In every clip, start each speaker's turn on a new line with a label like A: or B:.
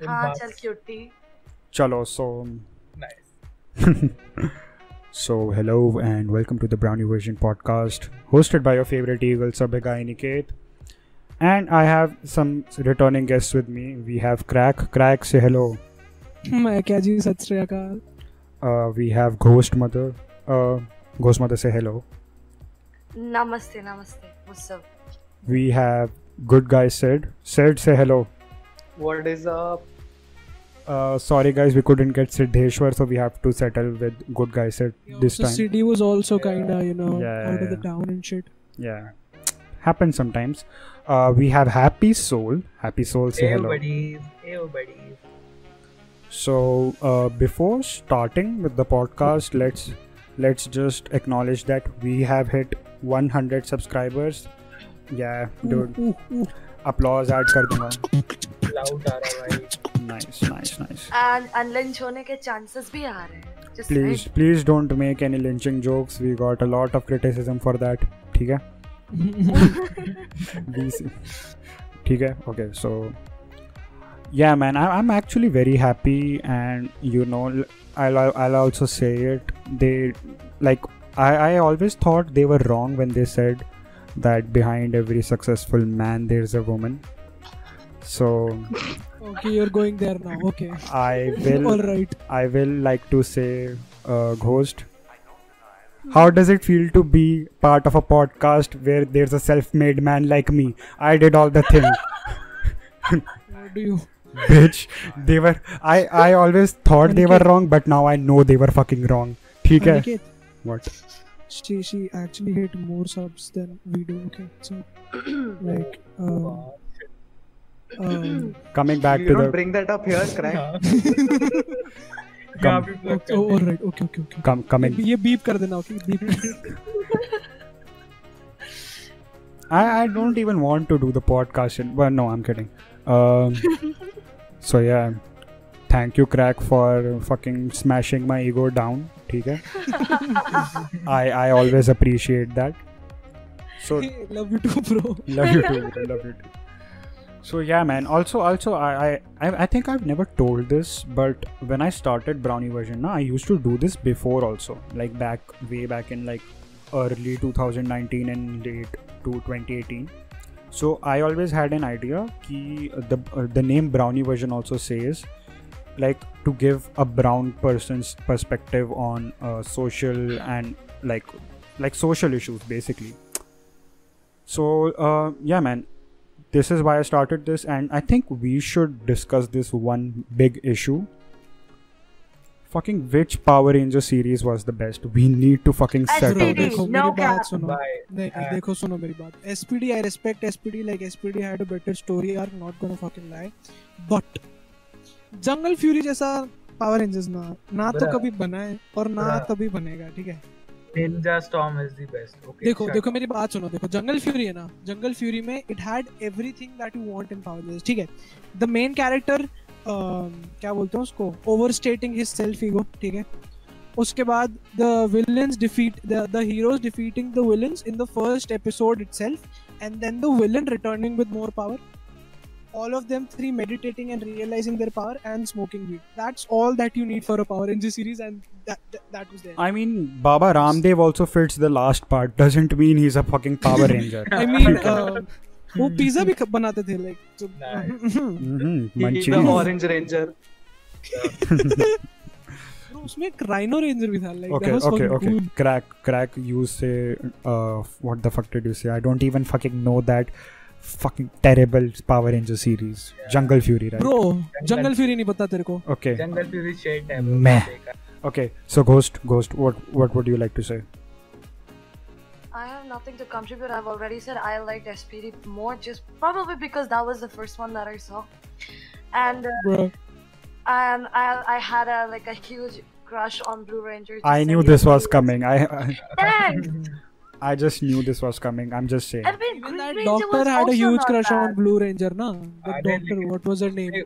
A: in
B: हाँ
A: Mars.
B: चल cutie
C: Chalo, so
A: Nice.
C: so hello and welcome to the Brownie Version podcast, hosted by your favorite eagle Sabhigai Niket. And I have some returning guests with me. We have Crack. Crack, say hello.
D: मैं क्या जी सत श्री अकाल
C: Uh, we have Ghost Mother. Uh, Ghost Mother, say hello.
B: नमस्ते नमस्ते मुसब
C: We have Good Guy Sid. Sid, say hello.
A: What is up?
C: Uh, sorry guys, we couldn't get Siddheshwar, so we have to settle with Good Guy Sid this
D: the
C: time.
D: city was also kind of you know
C: Yeah,
D: out of the
C: yeah.
D: town and shit
C: yeah happens sometimes uh, we have happy soul happy soul say
A: Hey,
C: hello
A: buddies. Hey, oh, buddies.
C: so uh, before starting with the podcast let's let's just acknowledge that we have hit 100 subscribers yeah dude
D: Ooh, ooh, ooh.
C: applause add kar dunga
A: Loud आ रहा भाई.
C: nice nice nice
B: and अनलंच होने के chances भी आ रहे हैं Just
C: please please don't make any lynching jokes we got a lot of criticism for that ठीक है DC. ठीक है okay so yeah man I am actually very happy and you know I also say it they like I I always thought they were wrong when they said that behind every successful man there is a woman so
D: okay you're going there now okay
C: I will
D: all right
C: I will like to say, uh, Ghost, how does it feel to be part of a podcast where there's a self made man like me? I did all the thing.
D: what do you
C: Bitch, they were. I, I always thought they were
D: Aniket.
C: wrong, but now I know they were fucking wrong. ठीक है
D: Aniket,
C: What?
D: she she actually hit more subs than we do okay so like um,
A: Wow.
D: um
C: Coming back
E: you
C: to
E: don't
C: the
E: bring that up here, crack.
A: हाँ. यहाँ
C: Come.
A: पे plug
D: okay, oh, all
A: करते हैं.
D: right okay okay okay
C: com- coming.
D: ये beep कर देना okay beep
C: I, I don't even want to do the podcast. In, well, no, I'm kidding. Um, so yeah, thank you, Crack, for fucking smashing my ego down. ठीक है? I I always appreciate that. So
D: love you too bro
C: love you too. bro, Love you too. So yeah, man. Also, also, I I I- I think I've never told this, but when I started Brownie version, na, I used to do this before also, like back way back in like early 2019 and late to 2018. So I always had an idea ki the uh, the name Brownie version also says like to give a brown person's perspective on uh, social and like like social issues basically. So uh, yeah, man, this is why I started this, and I think we should discuss this one big issue. Fucking which Power Ranger series was the best? We need to fucking settle
B: SPD.
C: this.
D: देखो
B: No
D: मेरी
B: cap.
D: बात सुनो
A: Bye.
D: नहीं नहीं,
A: Yeah.
D: देखो सुनो मेरी बात SPD I respect SPD like SPD had a better story arc not gonna fucking lie but Jungle Fury जैसा पावर रेंजर्स ना ना तो
A: Bruh.
D: कभी बना है और ना
A: Bruh.
D: कभी बनेगा ठीक है
A: Ninja Storm is the best. Okay.
D: देखो
A: shut
D: देखो
A: up.
D: मेरी बात सुनो देखो जंगल फ्यूरी है ना जंगल फ्यूरी में it had everything that you want in Power Rangers ठीक है द मेन कैरेक्टर um, क्या बोलते हैं उसको over stating his self ego ठीक है उसके बाद the villains defeat the heroes defeating the villains in the first episode itself and then the villain returning with more power all of them three meditating and realizing their power and smoking weed that's all that you need for a power ranger series and that that, that was there
C: I mean, Baba Ramdev also fits the last part. Doesn't mean he's a fucking Power Ranger.
D: I mean, uh, वो pizza भी ख- बनाते थे like तो Bro,
C: mm-hmm.
E: He's the
C: Manchurian.
E: orange ranger.
D: उसमें एक rhino ranger भी था like
C: Okay, okay, okay. Crack, crack. You say, uh, what the fuck did you say? I don't even fucking know that fucking terrible Power Ranger series, Jungle Fury, right?
D: Bro Jungle Fury नहीं पता तेरे को
C: Okay.
A: Jungle पे भी shade है
C: मैं. Okay, so Ghost, Ghost, what what would you like to say?
B: I have nothing to contribute. I've already said I liked SPD more, just probably because that was the first one that I saw, and uh,
D: bro
B: and I I had a like a huge crush on Blue Ranger. just
C: I
B: like
C: knew
B: you.
C: this was coming. I I,
B: Thanks.
C: I just knew this was coming. I'm just saying.
B: I mean, Green
D: even that
B: Ranger was
D: doctor had a
B: also
D: huge
B: not
D: crush
B: bad.
D: on blue ranger ना the
A: अरे
D: doctor
A: लेकिन-
D: what was her name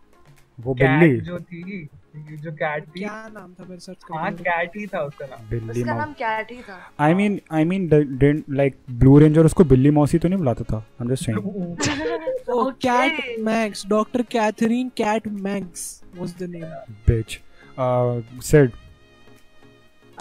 C: वो
A: cat
C: बिल्ली
A: जो थी ये जो cat थी
D: क्या नाम था मेरे सर्च
A: हाँ कैट ही था उसका नाम
C: बिल्ली
B: उसका
C: माउस
B: नाम कैट ही था
C: I mean I mean didn't like blue ranger उसको बिल्ली माउस ही तो नहीं बुलाता था I am just saying
D: Oh,
B: Okay.
D: Cat Manx. Dr. Catherine Cat Manx was the name.
C: bitch uh said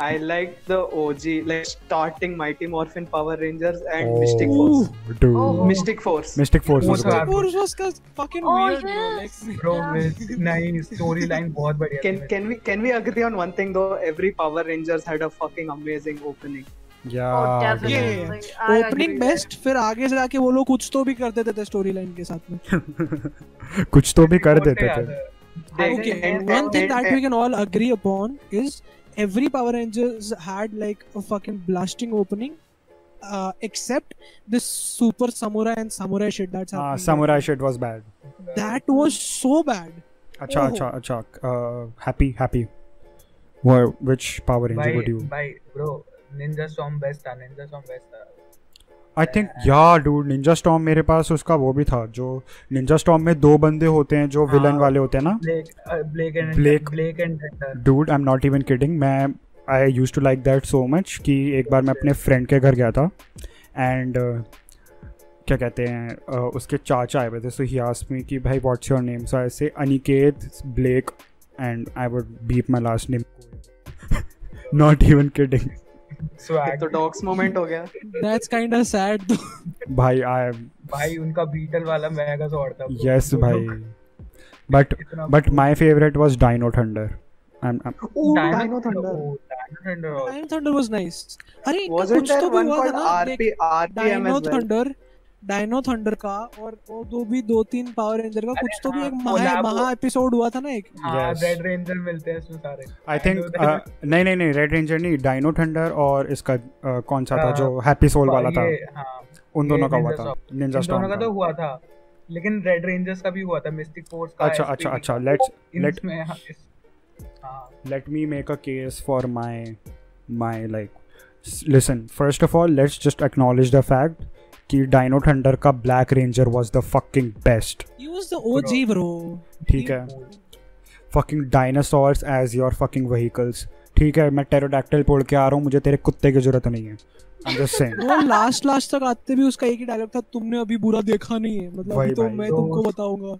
E: I liked the OG, like starting Mighty Morphin Power Rangers and
C: oh,
E: Mystic Force.
C: dude
B: Oh.
E: Mystic Force.
C: mystic force
A: वो
C: is
A: तो
C: good.
A: आप-
D: Or was cause fucking
B: Oh,
D: weird. bro,
B: yes.
D: Like,
A: bro नहीं story line बहुत बढ़िया थी
E: Can can we can we agree on one thing though? Every Power Rangers had a fucking amazing opening.
B: Oh,
C: Ah, yeah dude.
B: definitely.
D: Yeah.
B: I
D: opening
B: agree.
D: Best फिर आगे जाके वो लोग कुछ तो भी कर देते थे स्टोरी लाइन के साथ में
C: कुछ तो भी कर
A: वो तो
C: देते
A: याद
C: थे
A: है।
E: They-
D: okay
E: and-
D: and
E: and-
D: one thing
E: and-
D: that we
E: and-
D: can all agree upon is every power rangers had like a fucking blasting opening uh, except this super samurai and samurai shit that's happening
C: हाँ
D: right
C: samurai
D: now.
C: shit was bad
D: that was so bad
C: अच्छा
D: Oh.
C: अच्छा अच्छा uh, happy happy Wha- which power ranger would
A: भाई
C: you
A: भाई bro Ninja Storm best था Ninja Storm best था
C: I think yeah dude Ninja Storm मेरे पास उसका वो भी था जो निंजा स्टॉर्म में दो बंदे होते हैं जो विलन
A: हाँ।
C: वाले होते हैं ना
A: Blake Blake and
C: Blake-
A: Blake and Thunder
C: dude I am not even kidding मैं I use to like that so much कि एक बार मैं अपने फ्रेंड के घर गया था एंड क्या कहते हैं uh, उसके चाचा आए हुए थे सो ही आस्क मी कि भाई what's your name so I say Aniket Blake and I would beep my last name not even kidding
E: एक तो
A: स्वैग
E: dogs moment हो गया.
D: that's kind of sad though
C: भाई आई
A: भाई उनका बीटल वाला मेगाजॉर्ड था bro.
C: यस
A: वो
C: भाई
A: तो लोग
C: बट
A: कितना-
C: but my favourite was Dino Thunder
E: Ooh,
A: Dino-
E: Dino Thunder.
A: Oh, Dino Thunder also.
D: Iron Thunder was nice. अरे इनका
E: Wasn't
D: कुछ तो
E: there
D: भी
E: one
D: हुआ था
E: called
D: ना
E: RP RPM
D: Dino
E: as well?
D: Thunder Dino thunder का और वो दो भी दो तीन पावर रेंजर का कुछ तो भी
A: हाँ,
D: एक
A: वो
D: महा
A: lab-
D: महा एपिसोड हुआ था ना एक
A: हाँ
C: Yes.
A: रेड रेंजर मिलते हैं इसमें सारे
C: आई थिंक uh, नहीं नहीं नहीं रेड रेंजर नहीं डाइनो थंडर और इसका uh, कौन सा था
A: हाँ,
C: जो हैप्पी सोल वाला था
A: ये, हाँ,
C: उन दोनों का हुआ
A: Ninja
C: था
A: इन
C: निंजा
A: दोनों का तो
C: स्टॉर्म
A: हुआ था लेकिन रेड रेंजर्स का भी हुआ था मिस्टिक फोर्स का
C: अच्छा
A: SPD
C: अच्छा
A: का।
C: अच्छा लेट्स
A: इन
C: let-
A: इसमें- हाँ, इस- हाँ,
C: let me make a case for my my like s- listen first of all let's just acknowledge the fact कि डाइनो थंडर का black ranger was the fucking best
D: he was the OG bro
C: ठीक है fucking dinosaurs as your fucking vehicles ठीक है मैं टेरोडैक्टिल पोड़ के आ रहा हूँ मुझे तेरे कुत्ते की जरूरत नहीं है आई एम जस्ट सेइंग
D: वो लास्ट लास्ट तक आते भी उसका एक ही डायलॉग था तुमने अभी बुरा देखा नहीं है मतलब
C: वही
D: अभी तो
C: भाई,
D: मैं
A: वो-
D: तुमको बताऊंगा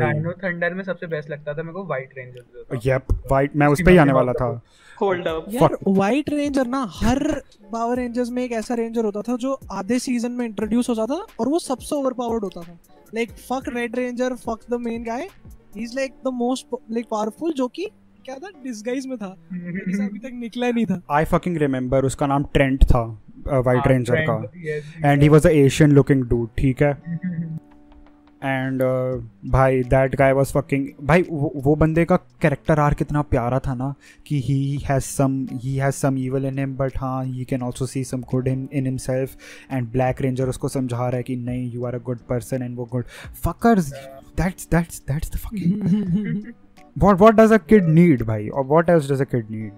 A: डायनो थंडर में सबसे बेस्ट लगता था मेरे को व्हाइट रेंजर
C: यप वाइट मैं उस पे ही आने वाला था
E: Hold up.
D: यार व्हाइट रेंजर ना हर पावर रेंजर्स में एक ऐसा रेंजर होता था जो आधे सीजन में इंट्रोड्यूस होता था और वो सबसे ओवरपावर्ड होता था like fuck red ranger fuck the main guy he is like the most like powerful जो कि क्या था डिस्गाइज में था ऐसा अभी तक निकला नहीं था
C: आई फकिंग रिमेम्बर उसका नाम ट्रेंट था वाइट
A: हाँ,
C: रेंजर का and he was a Asian looking dude ठीक है एंड भाई दैट गाय वाज फकिंग भाई वो, वो बंदे का कैरेक्टर आर कितना प्यारा था ना कि he has some he has some evil in him but हाँ he can also see some good in in himself and black ranger उसको समझा रहा है कि नहीं you are a good person and वो good fuckers that's that's that's the fucking what what does a kid need भाई और what else does a kid need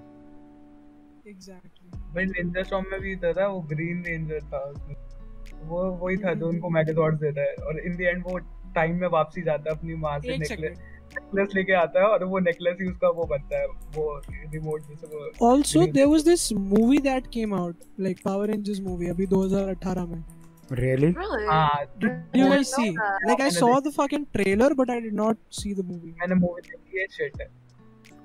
D: exactly
A: भाई निंजा स्टॉर्म में भी था, था वो ग्रीन रेंजर था उसमें वो वही था जो उनको मेगाजॉर्ड्स देता है और इन द एंड वो टाइम में वापसी जाता है अपनी माँ से
D: एक
A: नेकलेस
D: सेकंड
A: नेकलेस लेके आता है और वो नेकलेस ही उसका वो बनता है वो रिमोट जैसे वो
D: also there was this movie that came out like Power Rangers movie अभी 2018 में
C: रियली
B: Really?
A: हाँ
D: Ah. Did you
B: I
D: guys
B: know
D: see?
B: that.
D: Like I
A: And
D: saw the fucking trailer, but I did not see the movie.
A: मैंने movie देखी है shit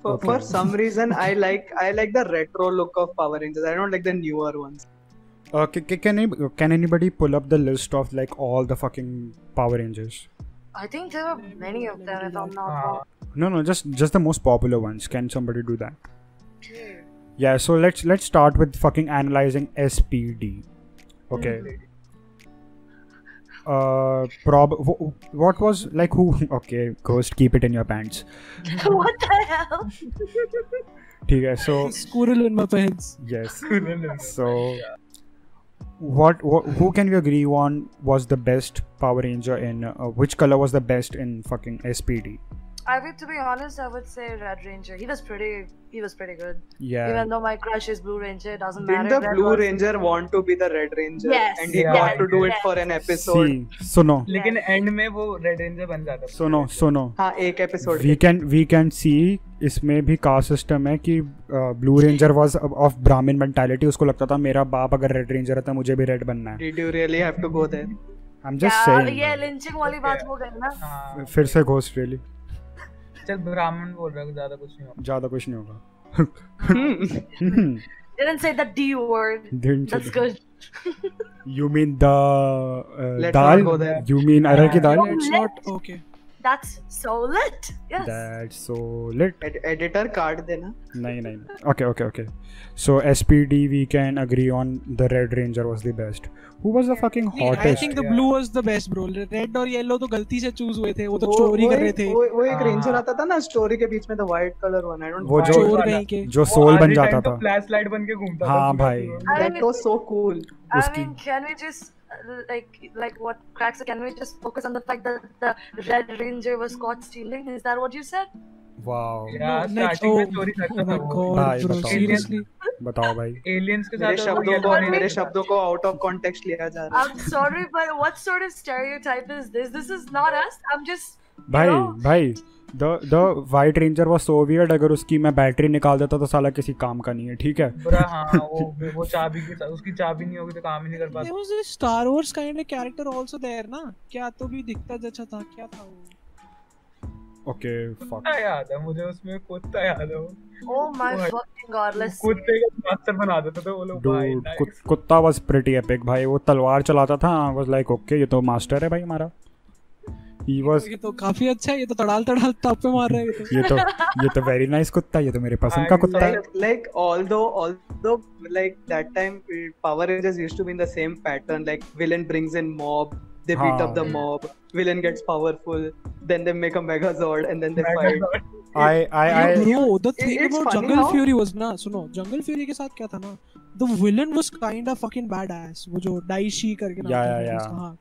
E: For, for some reason, I like I like the retro look of Power Rangers. I don't like the newer ones.
C: Uh, ca- ca- can any- can anybody pull up the list of like all the fucking Power Rangers?
B: I think there were many of them, if I'm not
A: हाँ
B: wrong.
C: No, no, just just the most popular ones. Can somebody do that? Yeah. So let's let's start with fucking analyzing SPD. Okay. Uh, prob. wh- What was like who? Okay, ghost, keep it in your pants.
B: what the hell?
C: Okay. uh, So
D: Squirrel in my pants.
C: yes.
A: Yes.
C: So what, what? Who can we agree on was the best Power Ranger in uh, which color was the best in fucking SPD?
B: I think to be honest, I would say Red Ranger. He was pretty. He was pretty good.
C: Yeah.
B: Even though my crush is Blue Ranger, it doesn't
E: Didn't
B: matter.
E: the
B: Red
E: Blue
B: was-
E: Ranger want to be the Red Ranger?
B: Yes,
E: And he
A: yes,
E: got to do it
B: yes.
E: for an episode.
C: See, suno,
A: लेकिन end में वो red ranger बन जाता है
C: suno, suno.
E: हाँ एक episode
C: We can we can see इसमें भी कास्ट सिस्टम है कि uh, blue ranger was of Brahmin mentality उसको लगता था मेरा बाप अगर रेड रेंजर है तो मुझे भी रेड बनना है
E: Did you really have to go there?
C: I am
B: Yeah,
C: just
B: ये
C: सेइंग
B: lynching वाली बात हो गई ना
A: हाँ
C: फिर से घोस्ट रियली
A: चल ब्राह्मण बोल रहा हूँ ज्यादा कुछ नहीं होगा
C: ज्यादा कुछ नहीं होगा
E: Hmm.
C: Hmm,
B: didn't say the D word
C: दिन
B: that's
C: चले।
B: good
C: You mean the uh,
E: Let's
C: dal?
E: not go there.
C: You mean अरहर की दाल?
D: It's not okay.
B: that's so lit yes
C: That's so lit.
E: Ed- editor card देना.
C: नहीं नहीं नहीं. Okay okay okay. So SPD we can agree on the Red Ranger was the best. Who was the fucking
D: I
C: hottest?
D: Think the
A: yeah.
D: Blue was the best bro red और yellow तो गलती से choose हुए थे वो तो
E: वो-
D: चोरी
E: वो
D: कर रहे
E: एक-
D: थे
E: वो वो एक
A: हाँ।
E: रेंजर आता था ना स्टोरी के बीच में the white colour one I
C: वो
E: डोंट
C: जो-
D: चोर
A: वाला।
D: कहीं के
C: जो सोल बन जाता था
A: फ्लैश लाइट तो बन के घूमता था
C: हाँ
A: पूरा
C: भाई।
A: जीवन।
E: That was so cool
B: I
C: उसकी-
B: mean, can we just uh, like like what cracks? it, Can we just focus on the fact that the Red Ranger was caught stealing? Is that what you said?
C: Wow.
A: यार
D: next
A: starting में चोरी
D: oh
A: करता था वो
C: भाई,
D: God
C: बताओ।
D: Seriously
C: बताओ भाई.
A: एलियंस के
E: मेरे
A: साथ तो वो हाँ।
E: शब्दों
A: yellow
E: को
B: What
A: ranger
E: मेरे
A: था।
E: शब्दों को आउट ऑफ कॉन्टेक्स्ट लिया जा रहा
B: I'm sorry, but what sort of stereotype is this? This is not us. I'm just
C: भाई
B: Hello?
C: भाई the the white ranger was so weird अगर उसकी मैं बैटरी निकाल देता तो साला किसी काम का नहीं है ठीक है
A: बुरा हाँ वो वो चाबी की उसकी चाबी नहीं होगी तो काम ही नहीं कर
D: देयर
A: पाता
D: was a star wars kind of character also there ना क्या तो भी दिखता जैसा था क्या था वो
C: ओके फक
A: कुत्ता याद है मुझे उसमें कुत्ता याद है वो
B: oh my
A: What?
B: fucking god. Let's see.
A: कुत्ते का मास्टर बना देते थे वो लोग भाई
C: डूड कुत्ता वाज प्रीटी एपिक भाई वो तलवार चलाता था वाज लाइक ओके ये तो मास्टर है भाई हमारा ही वाज
D: ये तो काफी अच्छा है ये तो तड़ाल तड़ाल ताप पे मार रहा है ये तो
C: ये तो ये तो वेरी नाइस कुत्ता है, ये तो मेरे पसंद का
A: I
C: कुत्ता है
E: Like, like although although like that time uh, Power Rangers used to be in the same pattern. Like villain brings in mob, they beat
C: हाँ.
E: up the mob. Villain gets powerful, then they make a Megazord, and then they fight.
A: Megazord.
C: I I I
D: bro the
E: it-
D: thing
E: it's
D: about
E: funny
D: Jungle
E: how-
D: Fury was ना सुनो Jungle Fury के साथ क्या था ना the villain was kind of fucking badass वो जो डाइशी करके नाम
C: Yeah,
D: था
C: yeah,
D: villain
C: yeah.
D: उसका, हाँ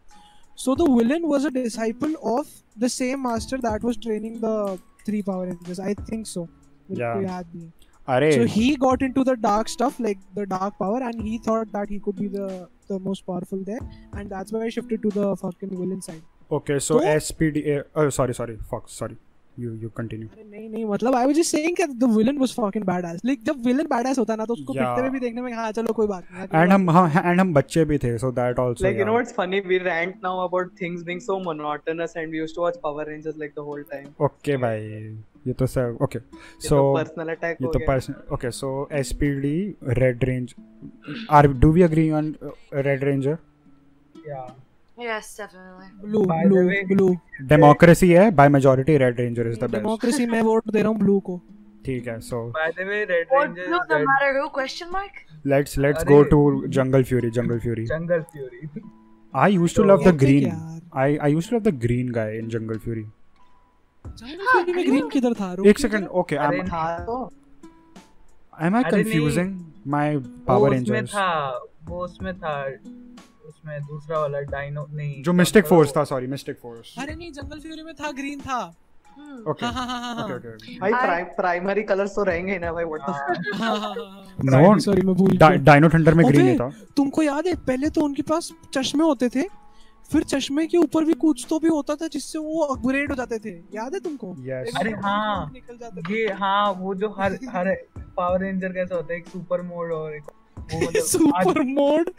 D: so the villain was a disciple of the same master that was training the three power rangers I think so
C: Yeah.
D: याद नहीं
C: अरे
D: So he got into the dark stuff, like the dark power, and he thought that he could be the the most powerful there, and that's why I shifted to the fucking villain side.
C: Okay so
D: तो-
C: SPD sorry sorry fuck sorry you you continue
D: अरे नहीं नहीं मतलब I was just saying that the villain was fucking badass like जब villain badass होता है ना तो उसको
C: Yeah.
D: पिटते हुए भी देखने में हाँ चलो कोई बात नहीं कोई
C: एंड
D: बात
C: हम एंड हम बच्चे भी थे so that also
E: Like you know what's funny? We rant now about things being so monotonous, and we used to watch Power Rangers like the whole time.
C: Okay भाई ये तो सर ओके
E: ये
C: so
E: तो personal attack
C: ये
E: हो
C: तो
E: गया.
C: Personal okay so SPD red ranger do we agree on red ranger
A: Yeah.
B: Yes, definitely.
D: नहीं। blue
A: By the
D: blue
A: way-
D: blue
C: democracy है by majority red ranger is the best
D: democracy मैं vote दे रहा हूँ blue को
C: ठीक है so
A: By the way, Red
B: Or
A: Ranger
B: blue,
A: is
B: no
A: Red-
B: matter who? Question mark.
C: Let's let's
A: अरे-
C: go to Jungle Fury Jungle Fury
A: Jungle Fury.
C: I used to love the
D: यार,
C: green
D: यार।
C: I I used to love the green guy in Jungle Fury
D: Jungle Fury में green किधर था
C: एक second okay I
A: अरे-
E: था तो
C: am I
A: अरे नहीं।
C: कंफ्यूजिंग माय
A: वो
C: पावर
A: उसमें
C: रेंजर्स
A: था वो उसमें था उसमें दूसरा वाला डाइनो नहीं
C: जो मिस्टेक फोर्स था सॉरी मिस्टेक फोर्स
D: अरे नहीं जंगल फ्यूरी में था ग्रीन था
B: Hmm.
C: ओके
D: हाँ हाँ हाँ हाँ
C: ओके
D: हाँ
C: ओके
E: भाई
B: I-
E: प्राइम प्राइमरी कलर्स तो रहेंगे ही ना भाई व्हाट द
D: हाँ हाँ हाँ
C: नो
D: सॉरी मैं भूल गया
C: डायनो थंडर में ग्रीन
D: अबे,
C: ही था
D: तुमको याद है पहले तो उनके पास चश्मे होते थे फिर चश्मे के ऊपर भी कुछ तो भी होता था जिससे वो अपग्रेड हो जाते थे याद है तुमको
C: यस
A: अरे हाँ।
D: निकल जाते थे
A: ये हाँ वो जो हर हर पावर रेंजर कैसा होता है एक सुपर मोड और एक वो मतलब
D: सुपर मोड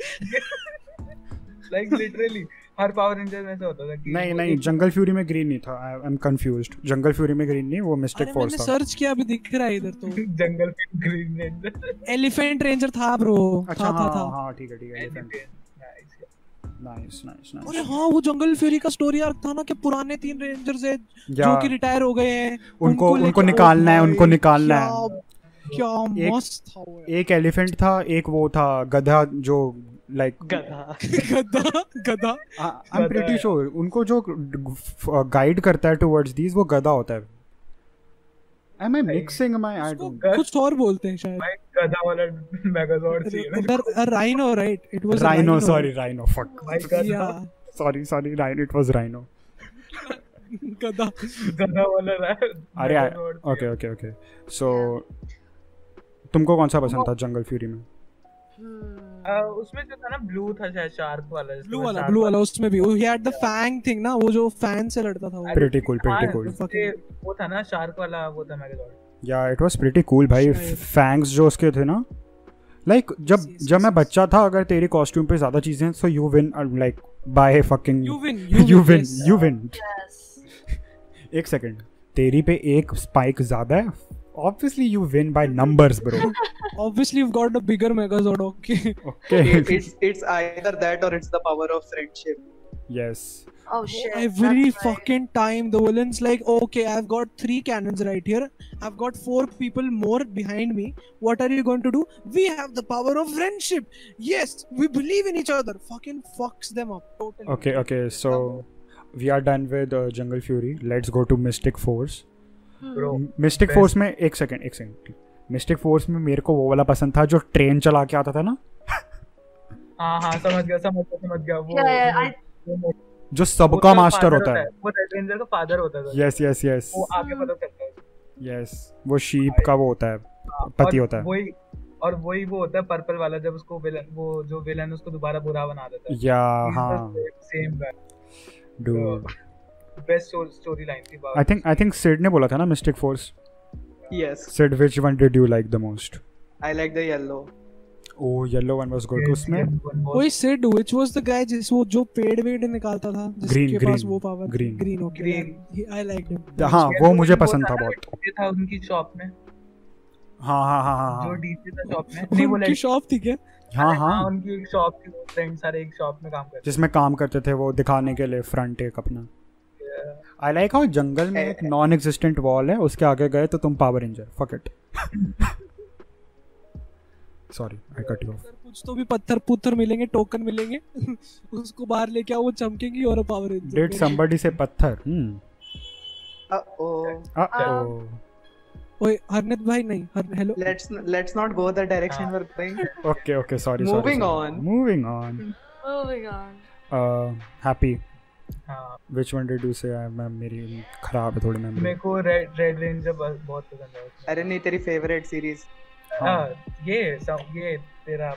A: लाइक लिटरली हर पावर रेंजर में ऐसा होता था कि
C: नहीं
A: वो
C: नहीं
A: एक-
C: जंगल फ्यूरी में ग्रीन नहीं था I am confused Jungle Fury में ग्रीन नहीं वो
D: अरे
C: मिस्टेक
D: मैंने
C: फोर्स था
D: सर्च किया अभी दिख रहा है इधर तो
A: जंगल में ग्रीन रेंजर
D: एलिफेंट रेंजर था ब्रो
C: अच्छा
D: था
C: हाँ
D: था था
C: हाँ ठीक है ठीक है नाइस नाइस
D: अरे
C: नाइस
D: हाँ वो जंगल फ्यूरी का स्टोरी आर्क था ना कि पुराने तीन रेंजर्स है
C: या
D: जो कि रिटायर हो गए हैं
C: उनको
D: लेके-
C: उनको
D: ओ
C: निकालना है
D: भाई,
C: उनको निकालना है
D: क्या- क्या
C: एक-
D: मस्त था वो यार।
C: एक एलिफेंट था एक वो था गधा जो लाइक
E: गधा
D: गधा गधा
C: आई
A: गधा
C: एम प्रीटी
A: है।
C: श्योर उनको जो गाइड करता है टुवर्ड्स दीज वो गधा होता है am I mixing my I
D: उसको
C: डोंट
D: कुछ और बोलते हैं शायद
A: भाई गधा वाला मेगाजॉर्ड चाहिए मेरे को।
D: Rhino right it was Oh
C: rhino sorry rhino fuck
A: भाई गधा
D: yeah
C: sorry sorry rhino it was rhino
D: गधा
A: गधा वाला रहा
C: अरे
A: Metal Lord से।
C: ओके ओके ओके सो तुमको कौन सा पसंद
D: Oh.
C: था जंगल फ्यूरी में
B: Hmm.
A: अ, उसमें जो था ना ब्लू था शायद शार्क वाला
D: ब्लू वाला ब्लू वाला उसमें भी वो ही हैड द फैंग थिंग ना वो जो फैन से लड़ता था वो
A: अरे,
C: pretty cool pretty
A: हाँ,
C: cool
A: उसके वो था ना शार्क वाला वो था मेगालॉर्ड
C: या इट वाज प्रीटी कूल भाई
D: शायद।
C: फैंग्स जो उसके थे ना लाइक जब
D: Yes,
C: जब
D: yes,
C: मैं
D: yes.
C: बच्चा था अगर तेरे कॉस्ट्यूम पे ज्यादा चीजें हैं so you win like by fucking
D: you win
C: you win you win
B: Yes.
C: एक सेकंड तेरी पे एक स्पाइक ज्यादा है obviously you win by numbers bro
D: obviously you got a bigger Megazord okay
E: It-
C: okay
E: it's it's either that or it's the power of friendship.
C: Yes
B: Oh shit.
D: every
B: that's right.
D: fucking time the villain's like okay i've got three cannons right here i've got four people more behind me what are you going to do we have the power of friendship yes we believe in each other fucking fucks them up totally
C: Okay, okay, so we are done with uh, Jungle Fury. Let's go to Mystic Force.
A: Bro
C: Mystic
A: best-
C: Force में एक second एक second Mystic Force में मेरे को वो वाला पसंद था जो ट्रेन चला के आता था ना
A: हाँ हाँ समझ गया समझ गया समझ गया वो
B: Hmm. Yeah, yeah, I-
A: वो- वो-
C: जो
A: वो
C: सबका
A: उसका
C: मास्टर
A: father
C: होता है
A: वो रेड रेंजर का फादर होता था
C: यस यस यस
A: वो आगे पता चलता है
C: यस वो शीप का वो होता है
A: हाँ,
C: पति
A: और
C: होता है।
A: वही और वही वो होता है पर्पल वाला जब उसको विलन वो जो विलन उसको दोबारा बुरा बना देता है
C: या हाँ
A: same
C: dude
A: best story line थी
C: I think I think Sid ने बोला था ना Mystic Force
E: Yes,
C: Sid which one did you like the most
E: I like the yellow.
C: Oh yellow one was good उसमें
D: वही Sid which was the guy जिस वो जो पेड़ वेड़ निकालता था जिसके
C: Green,
D: पास
C: green,
D: वो power
C: green.
D: Green okay
E: Green.
D: I like
C: हाँ वो मुझे पसंद था बहुत
A: ये था उनकी शॉप में
C: हाँ हाँ हाँ हाँ
A: जो
C: हाँ
A: डीसी था शॉप में नहीं वो
D: उनकी
A: लड़की-
D: शॉप थी क्या
C: हाँ
A: हाँ
C: हाँ
A: उनकी एक शॉप थी फ्रेंड सारे एक शॉप में काम करते
C: जिसमें काम करते थे वो दिखाने के लिए फ्रंट एक अपना
A: थे
C: आई लाइक हाउ जंगल में एक नॉन एग्जिस्टेंट वॉल है उसके आगे गए तो तुम power ranger fuck it sorry I cut you
D: अगर कुछ तो भी पत्थर पुत्थर मिलेंगे टोकन मिलेंगे उसको बाहर लेके आओ वो चमकेगी और पावर
C: डिड somebody से पत्थर हम्म
E: Uh oh.
C: ओ
D: ओए हरनेत भाई नहीं हर hello
E: Let's n- let's not go the direction
A: Ah.
D: हाँ.
E: we're going.
C: Okay okay sorry
E: Moving on.
C: Moving on
B: Moving on.
C: Uh, happy
A: हाँ
C: which one did you say मैं मेरी खराब है थोड़ी मेमोरी
A: मेरे को रेड रेड रेंजर बहुत पसंद है उसमें।
E: अरे नहीं तेरी favorite series.
A: हाँ, ये सब ये तेरा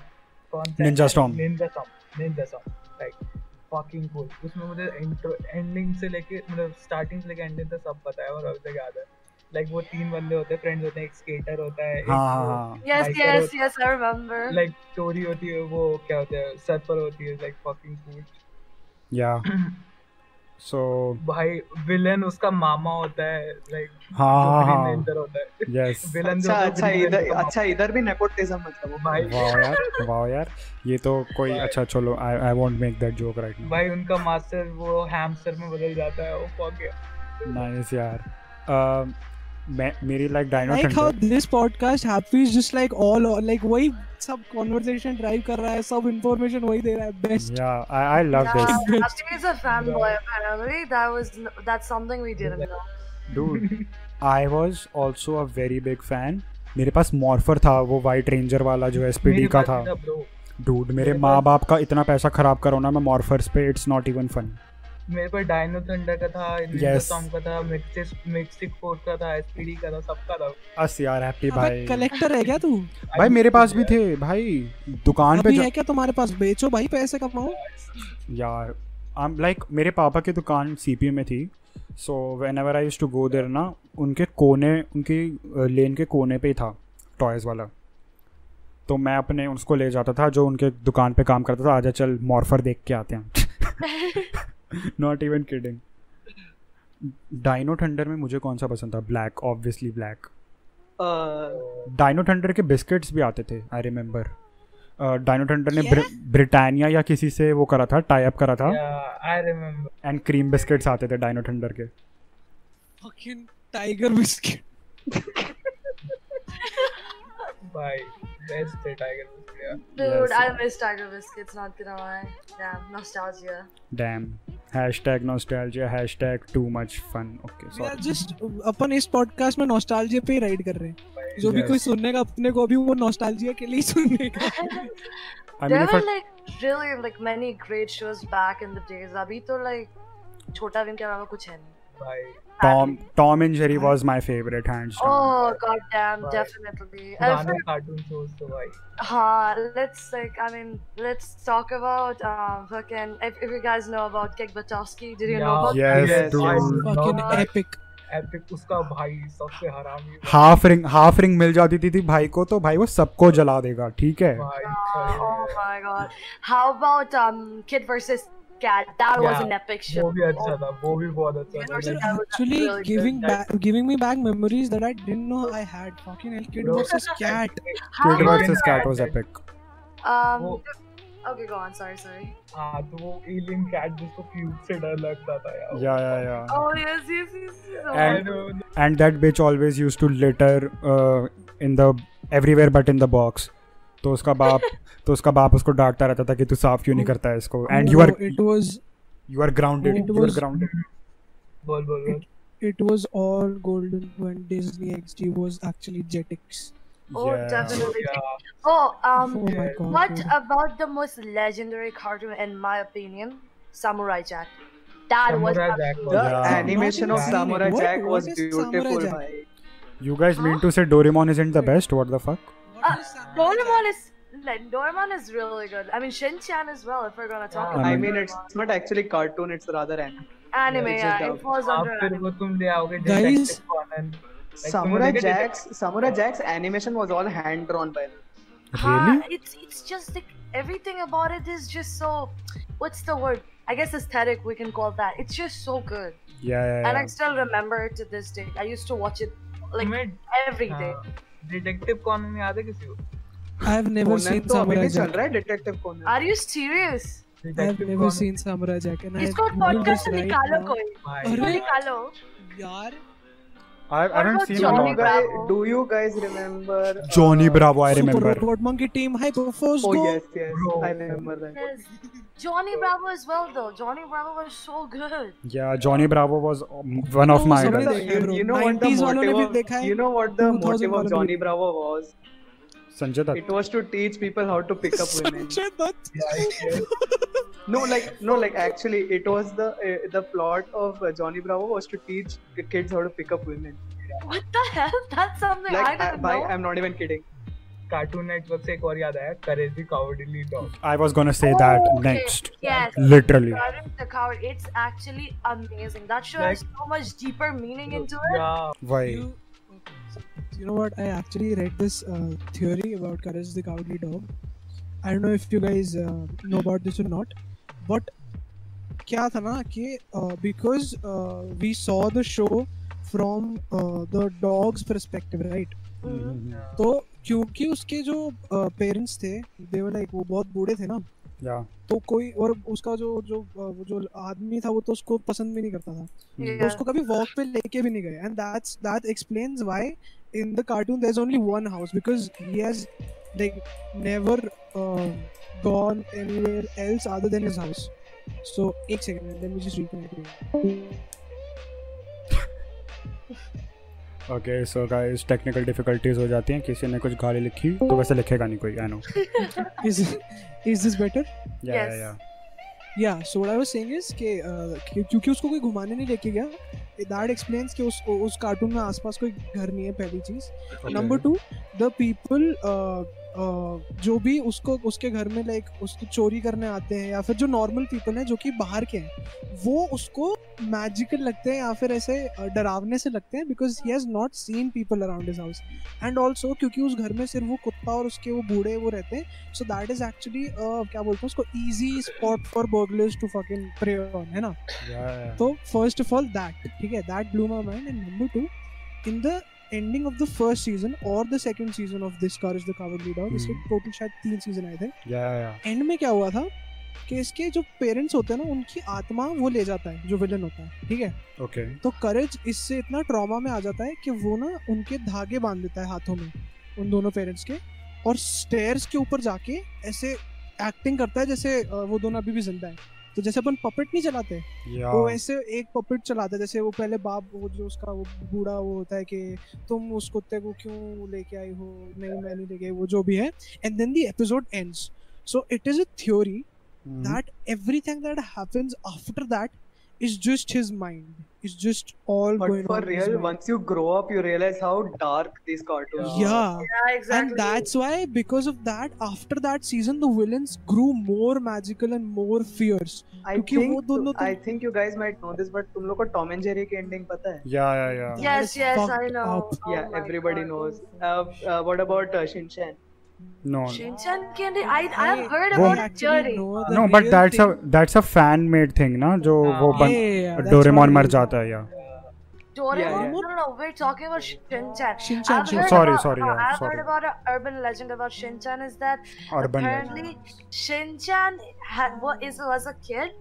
A: कौन सा
C: Ninja Storm.
A: Ninja Storm Ninja Storm like fucking cool उसमें मुझे इंट्रो एंडिंग से लेके मतलब स्टार्टिंग से लेके एंडिंग तक सब पता है और अभी तक याद है लाइक वो तीन बंदे होते हैं फ्रेंड्स होते हैं एक स्केटर होता है
C: हाँ हाँ हाँ
B: Yes,
A: Micro-
B: yes, yes. I remember.
A: Like चोरी होती है वो क्या होता है सर पर होती है लाइक फकिंग कूल
C: या सो
A: भाई विलन उसका मामा होता है लाइक
C: हाँ हाँ
A: तो
C: हाँ
A: रेंजर होता है
C: यस
A: विलन
E: अच्छा अच्छा इधर अच्छा इधर भी nepotism मतलब
A: भाई
C: वाह यार वाह यार ये तो कोई अच्छा चलो I I won't make that joke right now
A: भाई उनका मास्टर वो हैमस्टर में बदल जाता है वो फक
C: नाइस यार अम, मैं मेरी like dino
D: like how this podcast happy is just like all like वही सब कन्वर्सेशन ड्राइव कर रहा है सब इंफॉर्मेशन वही दे रहा है best
C: yeah I I love
B: Yeah,
C: this
B: Abhi is a fanboy apparently. That was n- that's something we didn't know.
C: Dude I was also a very big fan मेरे पास मॉर्फर था वो वाइट रेंजर वाला जो SPD का था
A: bro
C: dude मेरे
A: मेरे
C: माँ
A: पास-
C: बाप का इतना पैसा खराब करो ना मैं मॉर्फर्स पे इट्स नॉट इवन फन
A: मेरे पर डायनो थंडर का था
C: Yes.
A: इंडियन का था मिक्सिस मिक्सिक फोर्स का था एसपीडी का था सबका था
C: अस यार हैप्पी भाई
D: कलेक्टर है क्या तू
C: भाई मेरे पास भी थे भाई दुकान पे
D: अभी
C: जा-
D: है क्या तुम्हारे पास बेचो भाई पैसे कमाओ
C: यार आई एम लाइक मेरे पापा की दुकान सीपी में थी so whenever I use to go there ना उनके कोने उनकी अ, लेन के कोने पे ही था टॉयज़ वाला तो मैं अपने उसको ले जाता था जो उनके दुकान पे काम करता था आजा चल मॉर्फर देख के आते हैं not even kidding dino thunder में मुझे कौन सा पसंद था ब्लैक ऑब्वियसली ब्लैक
D: हाँ।
E: Uh,
C: डायनो थंडर के बिस्किट्स भी आते थे आई रिमेंबर डायनो थंडर ने ब्रि- ब्रिटानिया या किसी से वो करा था टाई अप करा था
A: I remember
C: and cream biscuits आते थे डायनो थंडर के
D: फकिंग टाइगर बिस्किट
A: भाई बेस्ट थे टाइगर वुड्स यार
B: Dude,
C: Yes,
B: I
C: yeah.
B: miss Tiger Biscuits. Not gonna lie. Yeah, nostalgia.
C: Damn hashtag nostalgia hashtag too much fun okay
D: we are
C: sorry
D: just अपन इस podcast में nostalgia पे ही ride कर रहे हैं
A: भाई
D: जो भी
C: Yes.
D: कोई सुनने का अपने को अभी वो नॉस्टैल्जिया के लिए ही सुनने का
C: I
B: there
C: mean
B: were
C: if
B: like really like many great shows back in the days. Abhi to like Chhota Bheem के अलावा कुछ है नहीं.
A: by
C: Tom Tom and Jerry was my favorite hands down.
B: Oh goddamn,
A: Right.
B: definitely. And
A: Rana
B: for-
A: cartoon shows. तो So I
B: huh, let's like I mean, let's talk about um fucking if, if you guys know about Kek Batowski, did you know
A: Yeah.
B: about
C: Yes,
E: Yes,
C: dude.
A: I
D: fucking
A: love that
D: epic.
A: epic उसका भाई सबसे हरामी
C: half ring half ring मिल जाती थी, थी भाई को तो भाई वो सबको जला देगा ठीक है
D: हाँ।
A: भाई
B: Uh, oh my god. How about um Kid versus Cat? That was
A: Yeah.
B: an epic
A: वो
B: show.
A: भी अच्छा था वो भी बहुत अच्छा था
D: They're
B: That was
D: actually
B: really good.
D: giving
A: That-
D: back, giving me back memories that I didn't know I had. Fucking hell, kid
A: Bro.
D: versus cat.
B: How
C: Kid
D: हाँ,
B: about
C: versus Cat was epic.
B: um
A: वो-
B: okay go on, sorry, sorry.
A: हाँ तो वो alien cat जिसको fuse से डर लगता था यार
C: Yeah, yeah, yeah.
A: Uh,
B: Oh yes, yes, yes, yes. Oh,
A: I
C: And-
A: know,
C: and that bitch always used to litter uh, in the everywhere but in the box तो उसका बाप तो उसका बाप उसको डांटता रहता था कि तू साफ क्यों नहीं करता है इसको and you are
D: Bro, It was
C: you are grounded
D: It
C: you are
D: was-
C: grounded
A: बोल बोल बोल
D: it was all golden when Disney XD was actually Jetix.
B: Oh, definitely.
A: Yeah,
B: Oh,
D: oh
B: um,
D: my god.
B: what
D: dude.
B: about the most legendary cartoon, in my opinion? Samurai Jack. That was
A: Samurai Jack
B: absolutely-
A: was-
E: The
C: Yeah.
E: Uh, animation of
A: Not even
E: Samurai
D: what-
E: Jack
D: what
E: was
D: is Samurai
E: beautiful.
D: Jack?
E: bhai.
C: You guys mean to say Doraemon isn't the best what the fuck
B: Uh, Doraemon is like, Doraemon is really good. I mean Shin Chan as well. If we're gonna talk
A: Yeah.
B: about
E: I
C: mean-
E: mean, it's not actually cartoon; it's rather anime.
B: anime,
E: it's
B: yeah,
E: just
B: it falls
A: आप
B: under
A: फिर
B: anime.
A: वो तुम ले आओगे
D: Guys-
A: Detective Conan Like,
E: Samurai
A: उन्होंने क्या
E: Jack's Samurai Jack's animation was all hand drawn by them.
B: Huh,
C: really
B: it's it's just like everything about it is just so. What's the word? I guess aesthetic we can call that. It's just so good,
C: yeah
B: and I
C: yeah
B: still remember it to this day. I used to watch it like
A: तुम्हें
B: every day.
A: हाँ, detective Conan याद है किसी को
D: I've never
E: Conan
D: seen
E: तो अभी
D: Samurai
E: भी चल
D: Jack.
E: रहा है Detective Conan.
B: Are you serious?
D: I've
A: detective
D: never seen Samurai Jack, and
B: इसको
D: I Googled
B: podcast
D: this
B: से
D: right
B: निकालो
D: now.
B: कोई
A: भाई
B: इसको
D: अरे?
B: निकालो
D: यार
C: I I don't
B: What
C: see
B: about
E: Do
B: Johnny
E: you
C: lot
E: guys-
B: Bravo.
E: do you guys remember? uh,
C: Johnny Bravo I
D: Super
C: remember
D: Robot Monkey Team Hyperforce
E: Oh
D: Go.
E: yes, yes,
A: Bro.
E: I remember that.
B: Yes. Johnny Bravo as well though. Johnny Bravo was so good.
C: Yeah Johnny Bravo was one of my
D: Samurai
E: You,
C: idols
D: देखा है, bro.
E: you know what the
D: 90s वालों ने
E: motive
D: भी
E: of,
D: देखा है,
E: you know what the
D: 2000
E: motive
D: वालों
E: of
D: ने
E: Johnny
D: भी-
E: Bravo was?
C: Sanjay
E: It
C: Dutt
E: was to teach people how to pick up women.
D: Sanjay Dutt.
E: No, like no, like actually, it was the uh, the plot of uh, Johnny Bravo was to teach the kids how to pick up women.
B: What the hell? That's something I
E: Like, I,
B: didn't
E: by,
B: know.
E: I'm not even kidding.
A: Cartoon network से एक और याद आया करेज the cowardly dog
C: I was gonna say
B: Oh,
C: that
B: okay.
C: Next
B: Yes.
C: Literally
B: Garden the Coward, it's actually amazing. That show has so much deeper meaning into it.
A: Yeah
C: वही
D: You, okay. you know what? I actually read this uh, theory about Courage the Cowardly Dog. I don't know if you guys uh, know about this or not, but क्या था ना कि because uh, we saw the show from uh, the dog's perspective, right?
B: Mm-hmm.
C: Mm-hmm,
D: तो क्योंकि उसके जो parents थे दे were like वो बहुत बूढ़े थे ना
C: या
D: तो कोई और उसका जो जो अ, वो जो आदमी था वो तो उसको पसंद भी नहीं करता था तो
B: Yeah.
D: उसको कभी वॉक पे लेके भी नहीं गए and that's that explains why in the cartoon there is only one house because he has like never uh, gone anywhere else other than his house so एक second let me just reconnect
C: okay so guys technical difficulties हो जाती हैं किसी ने कुछ गाली लिखी तो वैसे लिखेगा नहीं कोई I know
D: is is this better
C: yeah
B: Yes.
C: Yeah
D: yeah so what I was saying is कि uh, कि- क्योंकि उसको कोई घुमाने नहीं लेके गया दैट एक्सप्लेन्स कि उस उस कार्टून में आसपास कोई घर नहीं है पहली चीज number two the people uh, जो भी उसको उसके घर में लाइक उसको चोरी करने आते हैं या फिर जो नॉर्मल पीपल हैं जो कि बाहर के हैं वो उसको मैजिकल लगते हैं या फिर ऐसे uh, डरावने से लगते हैं because he has not seen people around his house and also क्योंकि उस घर में सिर्फ वो कुत्ता और उसके वो बूढ़े वो रहते हैं सो दैट इज एक्चुअली क्या बोलते हैं उसको easy spot for burglars to fucking prey on है ना तो फर्स्ट ऑफ ऑल दैट ठीक है that blew my mind and number two in the ending of the first season और the second season of this कॉरेज the cowardly dog इसके
C: hmm.
D: Total शायद तीन season आए थे
C: या या
D: एंड में क्या हुआ था कि इसके जो पेरेंट्स होते हैं ना उनकी आत्मा वो ले जाता है जो विलन होता है ठीक है
C: ओके
D: तो करेज इससे इतना ट्रॉमा में आ जाता है कि वो ना उनके धागे बांध देता है हाथों में उन दोनों पेरेंट्स के और स्टेयर्स के ऊपर जाके ऐसे एक्टिंग करता है जैसे अ, वो दोनों अभी भी जिंदा है तो जैसे अपन पपेट नहीं चलाते
C: या
D: वो ऐसे एक पपेट चलाता है जैसे वो पहले बाप वो जो उसका वो बूढ़ा वो होता है कि तुम उस कुत्ते को क्यों लेके आई हो नहीं मैं नहीं लेके आई वो जो भी है and then the episode
E: Hmm?
C: Mm-hmm.
D: Ends so it is a theory that everything that happens after that it's just his mind. It's just all
E: But
D: going
E: for
D: on in his
E: real,
D: mind.
E: once you grow up, you realize how dark these cartoons are.
D: yeah.
B: Yeah, exactly.
D: And that's why, because of that, after that season, the villains grew more magical and more fierce.
E: I
D: क्योंकि वो
E: think,
D: दोनों तो-
E: I think you guys might know this, but तुम लोग को Tom and Jerry की ending पता है?
C: Yeah, yeah, yeah.
D: Yeah.
B: yes,
D: That is
B: yes, I
D: fucked
B: know.
D: up.
B: Oh
E: yeah,
B: my
E: everybody
B: God.
E: knows. Uh, uh, what about uh, Shinchan?
C: No, no.
B: Shinchan candy. I I've heard
C: Wo-
B: about it, Jerry.
E: Uh,
C: No, but that's a that's a fan made thing, na? जो वो
E: Yeah,
C: बन Doraemon मर जाता है या
B: Doraemon.
E: Yeah, yeah.
B: No, no, no. We're talking about Shinchan.
D: Shinchan,
B: I've
D: Shinchan.
B: heard
C: Sorry,
B: about,
C: sorry,
B: uh,
C: yeah,
B: I've
C: sorry.
B: heard about an urban legend about Shinchan is that
C: urban
B: apparently Shinchan had, wa- is, was a kid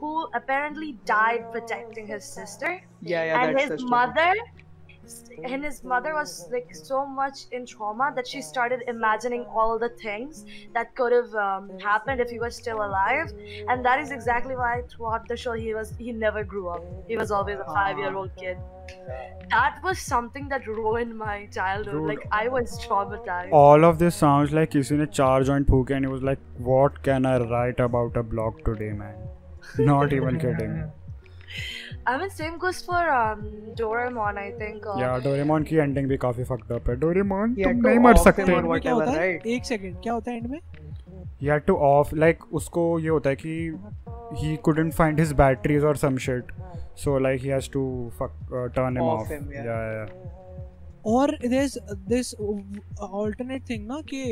B: who apparently died protecting his sister
E: Yeah, yeah,
B: and
E: that's the
B: his
E: story.
B: mother and his mother was like so much in trauma that she started imagining all the things that could have um, happened if he was still alive and that is exactly why throughout the show he was he never grew up he was always a five year old kid that was something that ruined my childhood
C: Dude.
B: like i was traumatized
C: All of this sounds like किसी ने चार joint Phuke and he was like, what can I write about a blog today, man? Not even kidding.
B: i mean same goes for um, doraemon i think uh,
C: Yeah, Doraemon की ending भी काफी fucked up है. Doraemon
E: He had
C: तुम
E: to
C: नहीं मर
E: off him
C: सकते.
E: or whatever, right?
D: एक second क्या होता है एंड में
C: He had to off like उसको ये होता है कि he couldn't find his batteries or some shit. So like he has to fuck uh, turn him
E: Off
C: off.
E: him, yeah.
C: yeah, yeah.
D: और there's uh, this alternate thing ना कि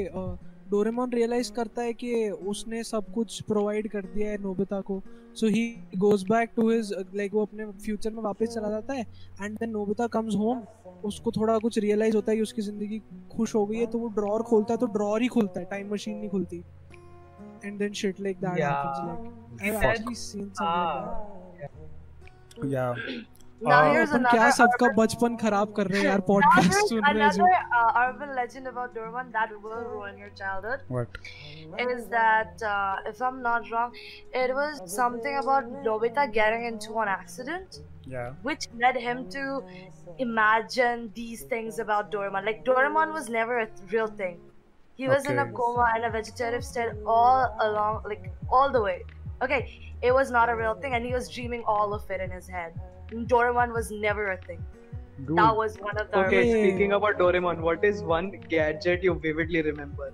D: Doraemon realise करता है कि उसने सब कुछ प्रोवाइड कर दिया है नोबिता को so he goes back to his like uh, वो अपने फ्यूचर में वापस चला जाता है and then Nobita comes home उसको थोड़ा कुछ रियलाइज होता है कि उसकी जिंदगी खुश हो गई है तो वो ड्रॉर खोलता है तो ड्रॉर ही खुलता है टाइम मशीन नहीं खुलती and then shit like that
A: Yeah.
D: Happens
A: Fuck. Ah.
D: Like I have seen something
C: Yeah.
B: now
C: Uh,
B: here's
D: अपन
B: another
D: क्या सबका
B: urban-
D: बचपन खराब कर रहे हैं यार
B: Now
D: पॉडकास्ट
B: here's
D: सुन रहे हैं
B: another
D: जो
B: uh, urban legend about Durban that will ruin your childhood
C: What?
B: is that uh, if I'm not wrong, it was something about Nobita getting into an accident,
C: Yeah.
B: which led him to imagine these things about Doraemon. Like Doraemon was never a th- real thing. He was in a
C: Okay.
B: coma and a vegetative state all along, like all the way. Okay, it was not a real thing, and he was dreaming all of it in his head. Doraemon was never a thing.
C: Dude.
B: That was one of the
E: Okay,
D: Yeah.
E: speaking about Doraemon, what is one gadget you vividly remember?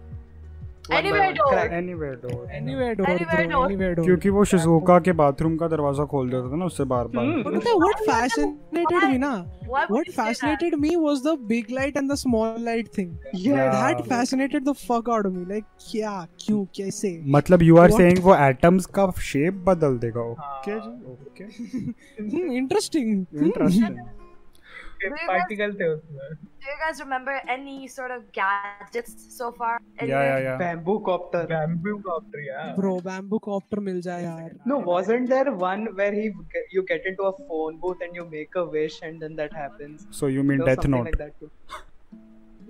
E: One
B: Anyway,
E: by one.
B: door.
E: Crack.
C: Anyway, dude.
D: Anywhere door
B: Anywhere door.
D: Anywhere door
C: क्योंकि वो
B: तो
C: Shizuka के bathroom का दरवाजा खोल देता था ना उससे बार
E: Hmm.
C: बार
D: पता है व्हाट फैसिनेटेड मी ना
B: Why would
D: what
B: you say that?
D: Fascinated me was the big light and the small light thing
C: Yeah.
D: That fascinated the fuck out of me like क्या क्यों कैसे
C: मतलब यू आर
D: What?
C: सेइंग वो atoms का shape बदल देगा okay जी okay
D: Hmm, interesting
C: interesting
A: particle थे उसमें
B: Do you guys remember any sort of gadgets so far?
C: या या
B: Anywhere?
C: या
E: Bamboo copter.
A: बैम्बू कॉप्टर यार
D: ब्रो बैम्बू कॉप्टर मिल जाए यार
E: No, wasn't there one where he you get into a phone booth and you make a wish and then that happens?
C: So you mean
E: There was
C: death
E: something
C: note
E: Like that too.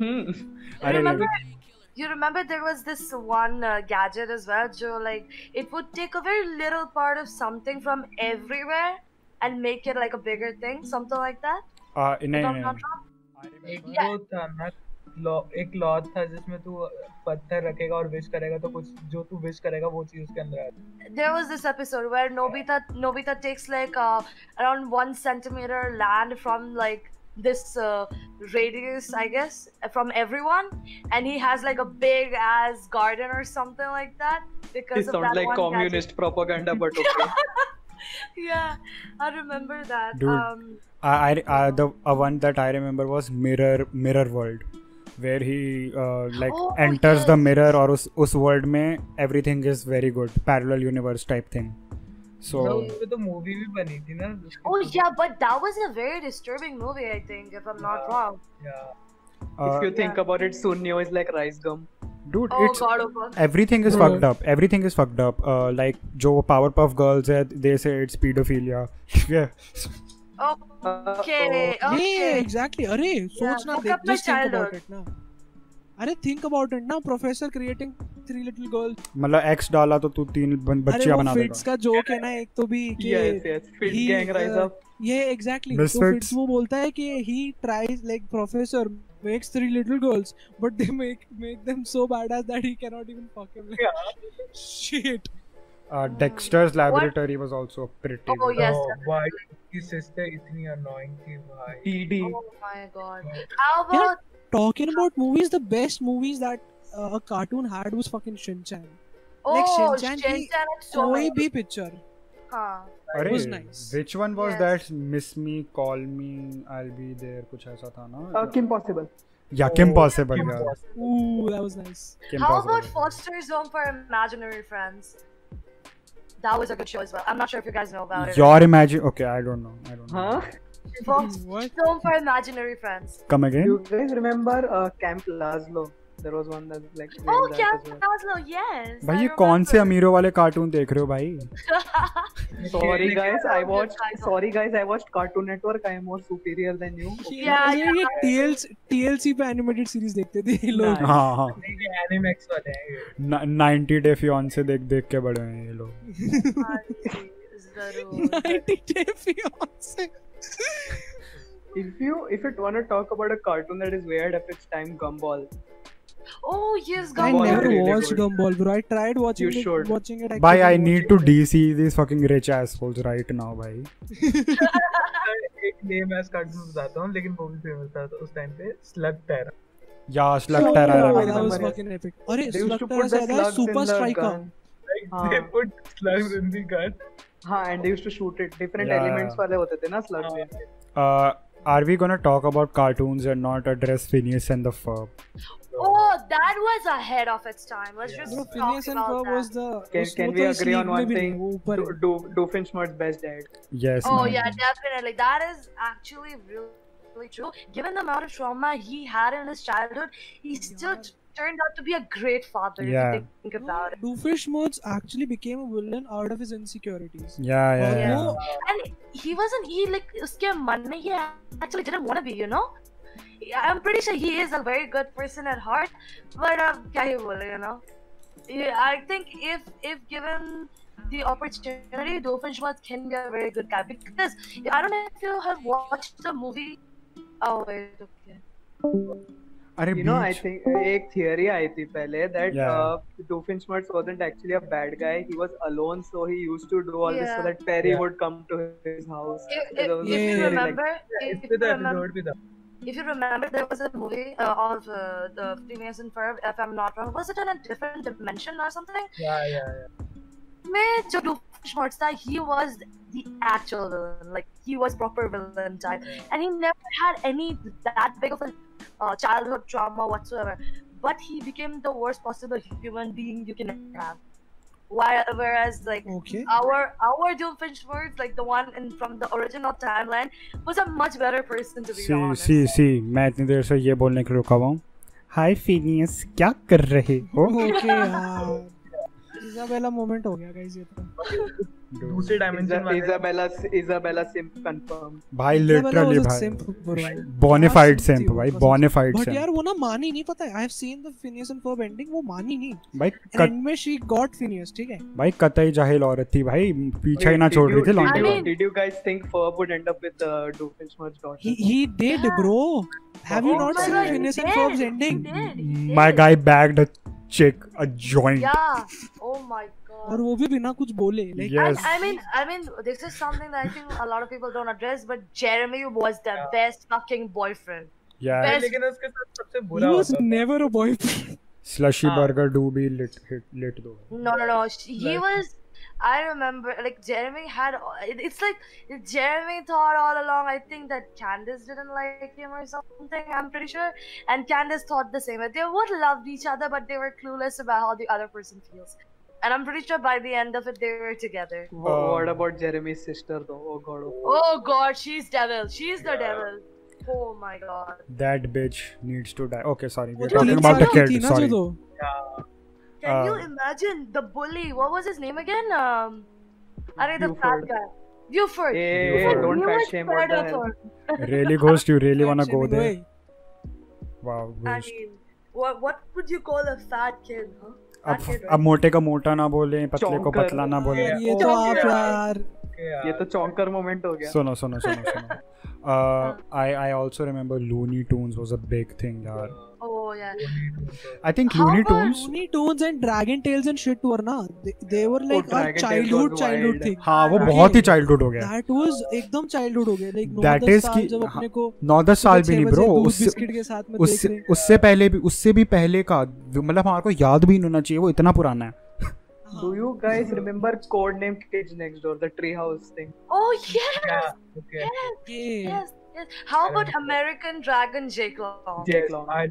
E: Hmm.
C: अरे
B: remember-
C: नहीं
B: You remember there was this one uh, gadget as well, Joe. Like it would take a very little part of something from everywhere and make it like a bigger thing, something like that.
C: आ, नहीं
B: If I'm
C: नहीं
B: not wrong.
A: एक वो था ना law एक law था जिसमें तू पत्थर रखेगा और विश करेगा तो कुछ जो तू विश करेगा वो चीज उसके अंदर आ
B: There was this episode where Nobita Nobita takes like uh, around one centimeter land from like this uh, radius, I guess, from everyone, and he has like a big ass garden or something like that because
E: He
B: of that
E: sounds like
B: one gadget.
E: communist propaganda, but okay.
B: yeah, I remember that.
C: Dude.
B: Um,
C: I, I, I, the uh, one that I remember was mirror mirror world where he uh, like
B: Oh,
C: enters the
B: yes.
C: mirror और उस उस world में everything is very good parallel universe type thing so
A: गया उस पे तो movie भी बनी थी ना जिसकी-
B: oh yeah, but that was a very disturbing movie. I think, if I'm not
A: Yeah.
B: wrong.
A: Yeah.
E: if
C: uh,
E: you think about it, Sunio is like rice gum.
C: dude
B: Oh
C: it's
B: god, oh god.
C: everything is
D: Bro.
C: fucked up everything is fucked up uh, like joe powerpuff girls है, they say it's pedophilia yeah
E: Uh,
B: Oh, Okay,
D: ये
B: okay.
D: Exactly अरे सोच ना
B: fuck
D: देख
B: up my
D: just think about
B: childhood.
D: It ना अरे think about it ना professor creating three little girl
C: मतलब एक्स डाला तो तू तीन बन-
D: अरे
C: बच्चियां
D: वो
C: बना
D: फिट्स
C: देगा
D: का जोक है ना एक तो भी कि
E: Yes, yes. Fit
D: he,
E: gang rise
D: uh,
E: up.
D: ये एग्जैक्टली तो
C: Misfits.
D: फिट्स वो बोलता है कि he tries like professor makes three little girls but they make make them so bad as that he can not even fuck him
A: Yeah.
D: Shit
C: Uh, Dexter's Laboratory was also pretty.
B: Oh,
C: good.
B: Yes,
A: Oh, why की sister इतनी annoying थी भाई
E: PD.
B: Oh my god. How
D: Yeah.
B: about
D: Talking about movies, the best movies that uh, a cartoon had was fucking Shin Chan.
B: oh
D: Like Shinchan
B: Shinchan
D: ki
B: had so
D: कोई
B: many
D: भी picture.
B: huh.
C: अरे,
D: was nice.
C: Which one was
B: Yes.
C: that? Miss me, call me, I'll be there. कुछ ऐसा था
E: Uh,
C: ना?
E: Kim Possible.
C: Yeah,
A: Oh,
C: Kim Possible.
A: Kim
C: yeah.
A: Possible.
D: Ooh, that was nice.
C: Kim
B: How
C: Possible.
B: about Foster's Home for Imaginary Friends? That was a good show as well. I'm not sure if you guys know about it.
C: Your imagine. Okay, I don't know. I don't know.
E: Huh?
B: Foster's
D: Hmm, What?
B: Home for Imaginary Friends.
C: Come again.
E: You guys remember uh, Camp Lazlo? There was one that like. we
B: Oh,
E: had that
B: Camp
E: as well.
B: Lazlo, yes.
C: भाई
B: I
C: ये कौन से
B: remember.
C: अमीरों वाले cartoon देख रहे हो भाई
E: Sorry guys, I watched.
B: Tiger.
E: Sorry guys, I watched Cartoon Network. I am more superior than you.
B: Yeah,
D: ये ये TLC TLC पे एनिमेटेड सीरीज देखते थे ये लोग
E: Nice.
C: हाँ हाँ
A: नहीं, ये Animax वाले हैं ये।
C: नाइन्टी डे फियोन से देख देख के बड़े हैं ये लोग
B: Sorry, जरूर.
D: 90 Day Fiancé.
E: If you if you wanna talk about a cartoon that is weird at its time, Gumball.
B: Oh, yes,
D: I
E: Gumball
B: Gumball.
D: never
E: really
D: watched
E: good.
D: Gumball, bro. I tried watching
E: You
D: it.
E: should.
D: Watching it. I
C: भाई I
D: couldn't watch
C: need to डी see this fucking rich assholes right now भाई
A: मैं एक name as cartoon बताता हूँ लेकिन वो भी फेमस था तो उस टाइम पे स्लग टैरा
C: या
D: Oh,
C: slug terror
E: Slug
D: that was
E: Terror.
D: fucking epic. अरे
E: They used to
D: Slug
E: put
D: Terror
E: the
D: से ज्यादा
E: slugs
D: Super
E: in the
D: Striker.
E: gun.
A: like
E: हाँ.
A: they put slugs in the gun
E: हाँ, and they used to shoot it. Different
C: Yeah.
E: elements वाले होते थे ना
A: हाँ,
E: slug में.
C: Are we gonna talk about cartoons and not address Phineas and the Ferb
B: Oh, that was ahead of its time. Let's just
D: Bro,
B: talk
D: Phineas and
B: about
D: Ferb
B: that.
D: was the.
E: Can-
D: उस-
E: can
D: वो
E: we
D: तो इस
E: agree on
D: league में
E: one
D: भी
E: thing?
D: नहीं, वो ऊपर है.
E: Do- Do- Doofenshmirtz best dad.
C: Yes
B: Oh yeah, definitely. That is actually really, really true. Given the amount of trauma he had in his childhood, he still
D: Yeah.
B: t- turned out to be a great father.
C: Yeah.
B: If you think about it,
D: Doofenshmirtz actually became a villain out of his insecurities.
C: या या
D: और
C: या
D: वो
B: and he wasn't. He like uske man mein he actually didn't want to be. You know. I'm pretty sure he is a very good person at heart, but uh, kya hi bole, you know. Yeah, I think if if given the opportunity, Doofenshmirtz can be a very good guy because I don't know if you have watched the movie. Oh wait, okay.
C: अरे
E: You know, I
C: बीच
E: think uh, एक theory आई थी पहले that
C: Yeah.
E: uh, Doofenshmirtz wasn't actually a bad guy. He was alone, so he used to do all this so
B: Yeah.
E: that Perry
C: Yeah.
E: would come to his house.
B: if,
E: There
B: if,
E: was a
B: if
D: Yeah.
E: theory
B: you
E: like-
B: remember, if,
A: इस
B: if
A: पे
B: you
A: तो
B: remember,
A: episode भी था
B: if you remember, there was a movie uh, of uh, the Phineas and Ferb, if I'm not wrong, was it in a different dimension or something?
A: या या या
B: Mein jo Doofenshmirtz tha, he was the actual villain, like he was proper villain type, and he never had any that big of a uh, childhood trauma whatsoever. But he became the worst possible human being you can have. While, whereas, like
D: Okay.
B: our our Doofenshmirtz, like the one in from the original timeline, was a much better person to be
C: सी
B: honest.
C: सी सी मैं इतनी देर से ये बोलने के लिए रुका हुआ हूँ हाय फिनियस क्या कर रहे हो
D: Okay. यार. Isabella moment हो गया guys ये तो.
A: दूसरे डायमेंशन
E: Isa-
A: वाले
E: Isabella Isabella Simp confirmed.
C: भाई
D: Isabella
C: लिटरली
D: was a
C: भाई
D: simp, bro.
C: Bona fide
D: Awesome
C: simp
D: dude,
C: भाई
D: awesome.
C: बोनेफाइड
D: बट यार
C: सेम्प
D: वो ना मानी नहीं पता है I have seen the Phineas and Ferb ending वो मानी नहीं
C: भाई कत,
D: एंड में शी गॉट फिनियस ठीक है
C: भाई कतई जाहिल औरत थी भाई पीछा ही ना
E: Did
C: छोड़ रही
E: you-
C: थी
E: did
B: I
E: you-
C: लॉन्डे
B: mean-
E: Did you guys think Ferb would end up with uh, Doofenshmirtz daughter?
D: He he did bro have you
E: Oh
D: not
E: my
D: seen
E: God, he
D: Phineas and
B: did.
D: Ferb's
B: He
D: ending
B: did, he
C: Mm, my
B: did.
C: guy bagged a chick a joint
B: Yeah. Oh my
D: और
B: god.
D: वो भी बिना कुछ बोले like
B: And
C: yes
B: I mean, I mean, this is something that I think a lot of people don't address, but Jeremy was the best fucking boyfriend.
C: yeah
B: Best-
A: हाँ, लेकिन उसके साथ सबसे बुरा
D: ही वाज
A: होता था।
D: नेवर अ बॉयफ्रेंड
C: slushy
A: हाँ।
C: burger do be lit hit lit दो
B: No, no, no. sh- He
A: Right.
B: was. I remember, like Jeremy had. it- It's like Jeremy thought all along. I think that Candace didn't like him or something. I'm pretty sure, and Candace thought the same. That they would love each other, but they were clueless about how the other person feels. And I'm pretty sure by the end of it, they were together.
E: Wha-
C: Um,
E: What about Jeremy's sister though? Oh god. oh god.
B: Oh God, she's devil. She's the devil. Oh my God.
C: that bitch needs to die okay sorry
D: वो
C: we're
D: तो
C: talking
D: तीन
C: about
D: साल
C: the
D: की
C: kid
D: थी ना जो
C: sorry
D: तो
B: Can you
C: Uh,
B: imagine the bully? What was his name again? Um, Are the fat
E: Buford.
B: guy. Buford.
C: Buford.
E: Hey, hey,
C: Buford.
E: don't
B: Oh, He
E: fat
B: was
E: shame. What
B: fed
E: the
B: up
E: hell?
B: on.
C: really ghost you really wanna go
D: Actually,
C: there
D: भाई,
C: wow
B: I
C: ghost
B: mean, what what would you call a fat kid? Huh?
C: अब
B: kid,
C: अब मोटे का मोटा ना बोले पतले को
E: Chonker.
C: पतला ना बोले
D: यार, ये तो
E: Oh,
D: आप
E: yeah.
D: यार
A: Yeah.
E: ये तो चौंकर मोमेंट हो गया.
C: सुनो सुनो Uh, सुनो सुनो I I also remember Looney Tunes was a big thing यार
B: Oh Oh yeah.
A: तो
C: I think
B: How
C: Looney
B: about
C: Tunes.
D: Looney Tunes and Dragon Tales and shit were na they, they were
C: Oh,
D: like our
E: Dragon Tales
D: childhood
E: was
D: childhood
E: wild.
D: thing
C: हाँ वो
D: Dragon
C: बहुत ही
D: Tales.
C: Childhood हो गया
D: that was एकदम childhood हो गया like
C: That
D: 9
C: is
D: साल
C: कि-
D: जब
C: हाँ,
D: अपने को
C: नौ दस साल
D: छह
C: भी नहीं
D: बजे
C: ब्रो
D: दूध
C: उससे
D: बिस्किट के साथ में देख
C: उससे
D: रहे
C: उससे पहले भी उससे भी पहले का मतलब हमारे को याद भी नहीं होना चाहिए वो इतना पुराना है
D: हाँ,
E: Do you guys remember Codename Kids Next Door, the treehouse thing?
B: Oh yes.
A: Yeah, okay.
B: Yes.
D: ये-
B: Yes. Yes. How
A: I
B: about
A: remember.
B: American Dragon Jake Long?
E: Yeah.
A: Yes, I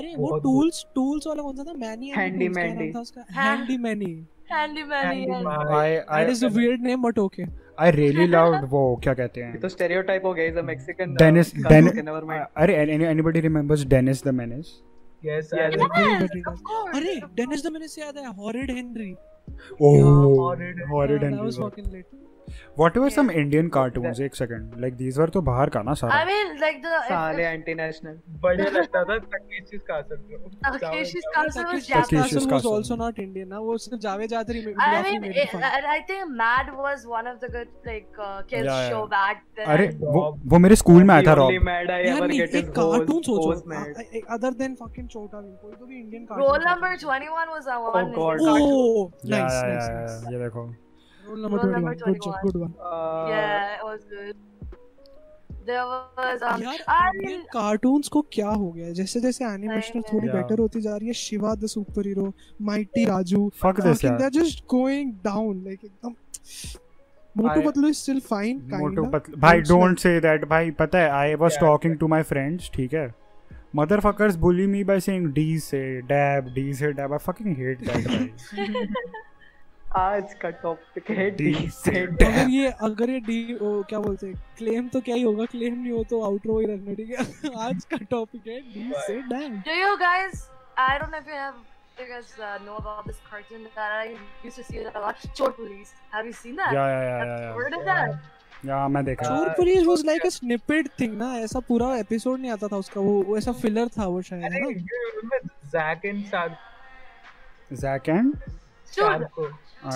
D: अरे वो
A: बहुत-
D: टूल्स टools वाला कौन सा था मैनी
E: Handy Mandy.
B: हाँ।
D: Handy Manny
B: Handy Manny.
A: Candy
B: yes.
A: Man.
C: I
D: that is a
C: I
D: weird name but okay
C: I really loved वो क्या कहते
E: ये तो
C: हैं
E: stereotype हो गया is a Mexican. uh,
C: Dennis-
E: cousin,
C: Dennis-
E: okay, never mind.
C: अरे anybody remembers Dennis the Menace
A: Yes,
E: Yeah,
A: I
E: like-
B: Yes,
D: Everybody does.
B: of course.
D: अरे डेनिस द मैंने से याद है हाँ, horrid Henry
C: Oh, oh
A: horrid.
C: Horrid
D: that was
C: and
D: fucking late
C: whatever some
B: Yeah.
C: Indian cartoons एक second like these were तो बाहर का ना
B: I
C: सारा
B: mean, like the if-
E: साले
B: if
E: anti-national.
A: बढ़िया लगता था Takeshi's Castle bro.
B: Takeshi's
A: That was-
B: Castle was
D: Takeshi's
B: Japanese.
C: Takeshi's
D: Castle was
C: Castle.
D: also not Indian ना वो सिर्फ जावेद जादरी में
B: I
D: Rafi
B: mean, eh,
D: made it
B: it,
D: fun.
B: and I think Mad was one of the good like uh, kids
C: Yeah, yeah.
B: show back then.
C: अरे
A: Rob.
C: वो वो मेरे school में आया
E: The
C: था
E: only
C: रॉब
E: mad I
D: यार
E: ever
D: नहीं
E: get
D: एक
E: is
D: कार्टून
E: Oz- Oz
D: सोचो
E: mad.
D: Other than fucking Chhota Bheem कोई तो भी Indian
B: Roll
D: cartoon
B: number 21 was a one. isn't
E: God.
B: it?
E: Oh,
D: oh
C: या
D: नाइस
C: या
D: नाइस
C: या ये देखो
D: roll number
B: Roll number
D: 21 good job
B: 21.
D: Good one
E: Uh,
B: Yeah, it was good. There was um,
D: यार
B: I
D: Indian
B: mean,
D: cartoons को क्या हो गया है? जैसे जैसे एनिमेशन
B: है।
D: थोड़ी
C: Yeah.
D: बेटर होती जा रही है Shiva the super hero mighty Raju
C: fuck this
D: they
C: यार
D: are just going down like एकदम Motu
C: I-
D: Patlu is still fine
C: Motu
D: kind
C: Patlu भाई
D: Don't say-
C: don't say that भाई पता है I was
A: Yeah.
C: Talking to my friends ठीक है motherfuckers bully me by saying D से dab D से dab I fucking hate that भाई
E: आज का टॉपिक है
C: डी से
D: अगर
E: decent.
C: डैब
D: ये अगर ये डी ओ, क्या बोलते हैं क्लेम तो क्या ही होगा क्लेम नहीं हो तो आउटरो ही रखना ठीक है आज का टॉपिक है डी से dam
B: do you guys? I don't know if you have. You guys uh, know about this cartoon that I used to see it a lot. Chor Police. Have you seen that?
C: Yeah या yeah
B: Have you
C: yeah
B: heard of
A: Yeah.
B: that?
C: Yeah मैं देखा
D: चोर police was like a snippet thing ना ऐसा पूरा episode नहीं आता था उसका वो वो ऐसा फिलर था वो शायद
A: अरे
D: है ना
A: you remember Zack and Sar-
C: Zack and
B: Dude,
A: Sarko?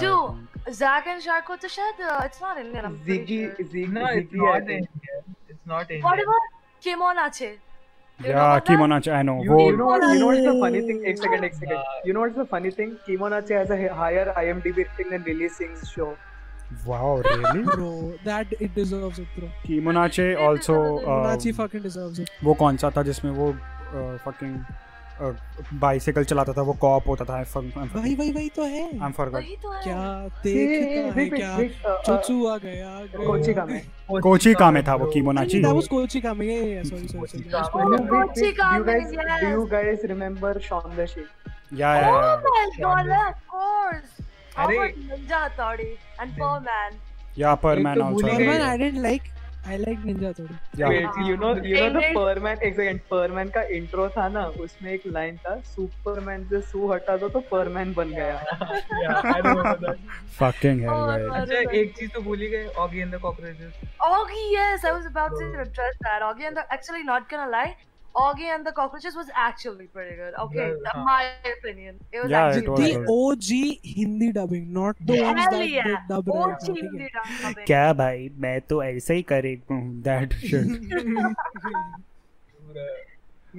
B: Dude.
C: Um,
B: Zack and Sharko to shed. Uh, it's not Indian. I'm pretty
E: Ziggy,
B: sure.
E: Ziggy,
A: No, it's
E: Ziggy, I
A: not
E: think.
A: Indian. It's not Indian.
B: What about Kimonache?
C: या कीमोना I know
E: You,
C: वो
E: you know, you know what's the funny thing? Ek second, ek second.
A: Yeah.
E: You know what's the funny thing? Kimonache has a hi- higher IMDb rating than Lily Singh's show.
C: Wow really
D: bro that it deserves it bro
C: कीमोनाचे also
D: नाची fucking deserves it
C: uh, वो कौन सा था जिसमें वो uh, fucking bicycle चलाता था वो कॉप होता था आई
D: भाई भाई भाई तो है
C: एम फॉरगॉट
B: वही तो है
D: क्या
E: Hey,
D: देखता है
E: wait, wait,
D: क्या
E: wait, uh, uh,
D: चुचू आ गया गया।
E: कोची का में.
C: कोची का में था वो
D: नहीं
C: कीमोनाची
D: that was कोची का में ये सॉरी सॉरी
A: कोची का में।
E: No,
B: Kochi Kamen,
E: wait, wait. Do you guys, do you
B: yes.
E: guys remember Shaun the Sheep?
C: Yeah yeah
B: Oh
C: yeah
B: my god, of course. How
A: अरे-
B: about Ninja Hattori and Poor Man?
C: Yeah पर
A: एक
C: मैन
A: तो भूल ही
C: also
A: गए।
D: Perman I didn't like I like ninja थोड़ी
C: या
E: Wait, you know, you know
B: Hey,
E: the
B: wait.
E: Perman, एक second, Perman का intro था ना, उसमें एक line था, Superman से Sue हटा दो तो Perman बन गया.
A: Yeah, I remember that.
C: Fucking hell
B: Oh,
C: भाई
B: God.
A: अच्छा एक चीज तो भूल ही गए Oggy and the Cockroaches
B: Augie, yes, I was about to address that. Augie and the actually not gonna lie, Augie and the Cockroaches was actually pretty good. Okay,
A: Well,
B: uh,
A: huh.
B: my opinion. It was
C: Yeah, it
B: actually
C: was
D: the
B: pretty
C: good.
B: good.
D: OG Hindi dubbing not the
B: Hell
D: ones that
B: yeah.
D: they dub
B: OG
D: right now, ठीक है?
B: Hindi dubbing.
C: क्या भाई मैं तो ऐसे ही करेगा that shit
A: पूरा-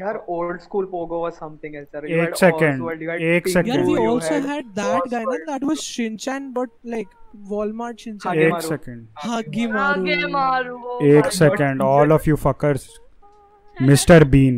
E: यार old school pogo was something else sir.
C: एक second,
E: Oswald, you had
C: एक
E: Pingu,
C: second.
D: Yeah, we
C: Who
E: you
D: also
E: had
D: had that guy, na,
A: Oswald.
D: that was Shinchan, but like Walmart Shinchan.
E: Hage
C: एक
E: मारू।
C: Second
D: Hagimaru.
B: Augie Maru. oh
C: एक
B: my-
C: second all of you fuckers mister Bean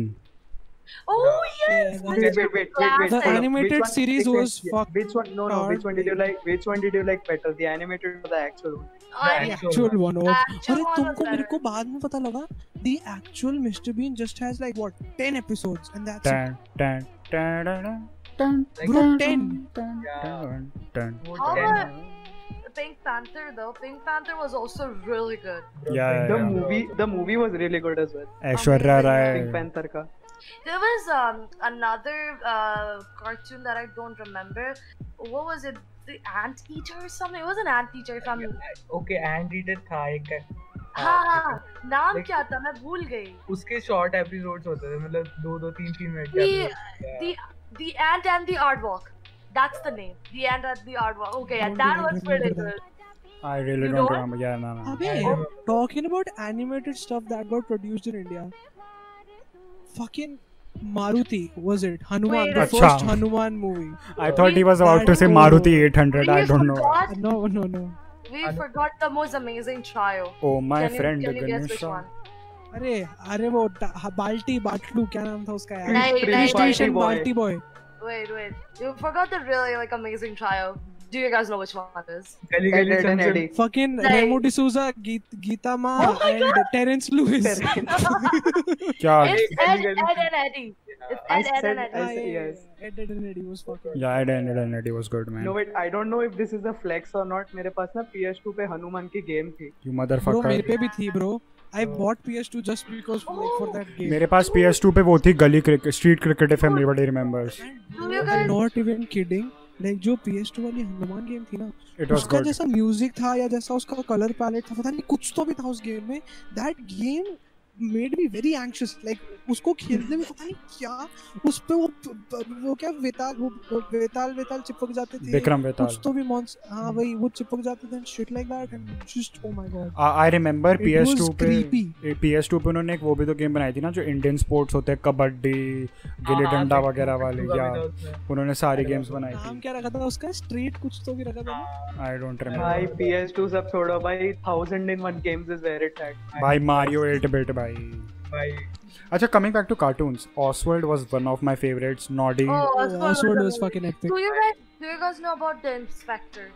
B: Oh yes,
D: Yeah,
E: wait,
B: Mr.
E: wait, wait, wait, wait,
D: The
E: hold on.
D: animated
E: Which one-
D: series
E: which one-
D: was
E: yeah,
D: fucked
E: Which one? No, no. Which one did you like? Which one did you like better? The animated or the actual one?
B: I mean,
D: Actual one. Oh.
B: actual
D: अरे
B: one
D: तुमको
B: was
D: मेरे को
B: better.
D: बाद में पता लगा the actual Mr Bean just has like what 10 episodes and that's it.
C: टन टन टन टन
D: Bro, 10.
C: टन टन
B: How about Pink Panther though? Pink Panther was also really good.
C: Yeah,
E: The
C: yeah.
E: movie, the movie was really good as well.
C: Aishwarya Rai
E: Pink Panther का.
B: There was um another uh, cartoon that I don't remember. What was it? The ant eater or something? It was an ant eater. If I'm
A: okay and था एक
B: Um, हाँ हाँ नाम
A: Like-
B: क्या था मैं भूल गई.
A: उसके शॉर्ट एपिसोड्स होते थे मतलब दो दो तीन तीन मिनट के
B: The
A: episodes,
B: the the ant and the aardvark. That's the name. The ant and the aardvark. Okay, yeah, that was pretty good.
C: I really
B: You
C: don't
B: know?
C: Remember yeah ना ना
D: अबे
A: Yeah.
D: talking about animated stuff that got produced in India fucking Maruti was it? Hanuman,
B: Wait,
D: the
C: Acha.
D: first Hanuman movie.
C: I thought he was about to say Maruti 800.
B: we
C: I don't know.
B: forgot,
D: No, no, no.
B: We
A: Anu-
B: forgot the most amazing trio.
C: Oh my
B: can
C: friend,
B: you, can you guess
C: Ganesh.
B: which one?
D: अरे अरे वो टा- बाल्टी बाटलू क्या नाम था उसका यार
B: नहीं,
E: Pretty
B: नहीं,
E: Party
D: Station
E: Boy.
D: बाल्टी boy
B: Wait, wait. You forgot the really like amazing trio. Do you guys know which one it is?
A: Gally
E: Ed,
A: Gally
E: Ed and
A: Chum Chum.
E: Eddie.
D: Fucking
B: नहीं।
D: रेमो डिसूजा गीत गीता माँ
B: Oh my
D: and Terrence Lewis
C: Yeah,
B: it's Ed, Ed, and Eddie. It's
E: I
B: Ed, Ed, and
E: said-
B: Eddie.
E: I said- yes.
D: Ed Ed Ed was fucking
C: yeah, Ed and Ed and Eddie was good,
E: No
C: man.
E: wait, I don't know if this is a flex or not. मेरे पास ना PS2 पे हनुमान की game थी.
C: You
D: bro मेरे
C: motherfucker.
D: पे भी थी bro I bought PS2 just because like for that game
C: मेरे पास PS2 पे वो थी Gali cricket street cricket if everybody remembers
B: Do you guys?
D: Not even kidding like जो PS2 वाली हनुमान गेम थी ना
C: इट वाज
D: उसका
C: गुड
D: जैसा म्यूजिक था या जैसा उसका कलर पैलेट था पता नहीं कुछ तो भी था उस गेम में that game made me very anxious like उसको खेलने में पता नहीं क्या उस पे वो वो क्या वेताल वो वो वेताल वेताल चिपक जाते थे
C: विक्रम
D: कुछ
C: वेताल
D: तो भी मॉन्स हाँ भाई वो चिपक जाते थे shit like that and just oh my god
C: I remember
D: oh It
C: PS2
D: was
C: पे
D: creepy.
C: PS2 पे उन्होंने एक वो भी तो गेम बनाई थी ना जो इंडियन स्पोर्ट्स होते हैं कबड्डी गिल्ली
A: हाँ,
C: डंडा
A: बिट्टू-
C: वगैरह वाले
A: बिट्टू का
C: या
D: हाँ,
A: भी था उसमें।
C: उन्होंने सारी
A: अरे
C: गेम्स बनाई
D: नाम
C: थी
D: क्या रखा था उसका स्ट्रीट कुछ तो भी रखा था ना
C: आई डोंट
E: भाई
C: रिमेम्बर
E: PS2 सब छोड़ो भाई. Thousand in one games is where it's at.
C: भाई मारियो 8 बिट भाई
A: भाई
C: अच्छा coming back to cartoons Oswald was one of my favourites Noddy
B: Oh,
D: password was fucking epic
B: Do you guys? Do you guys know about the Inspector?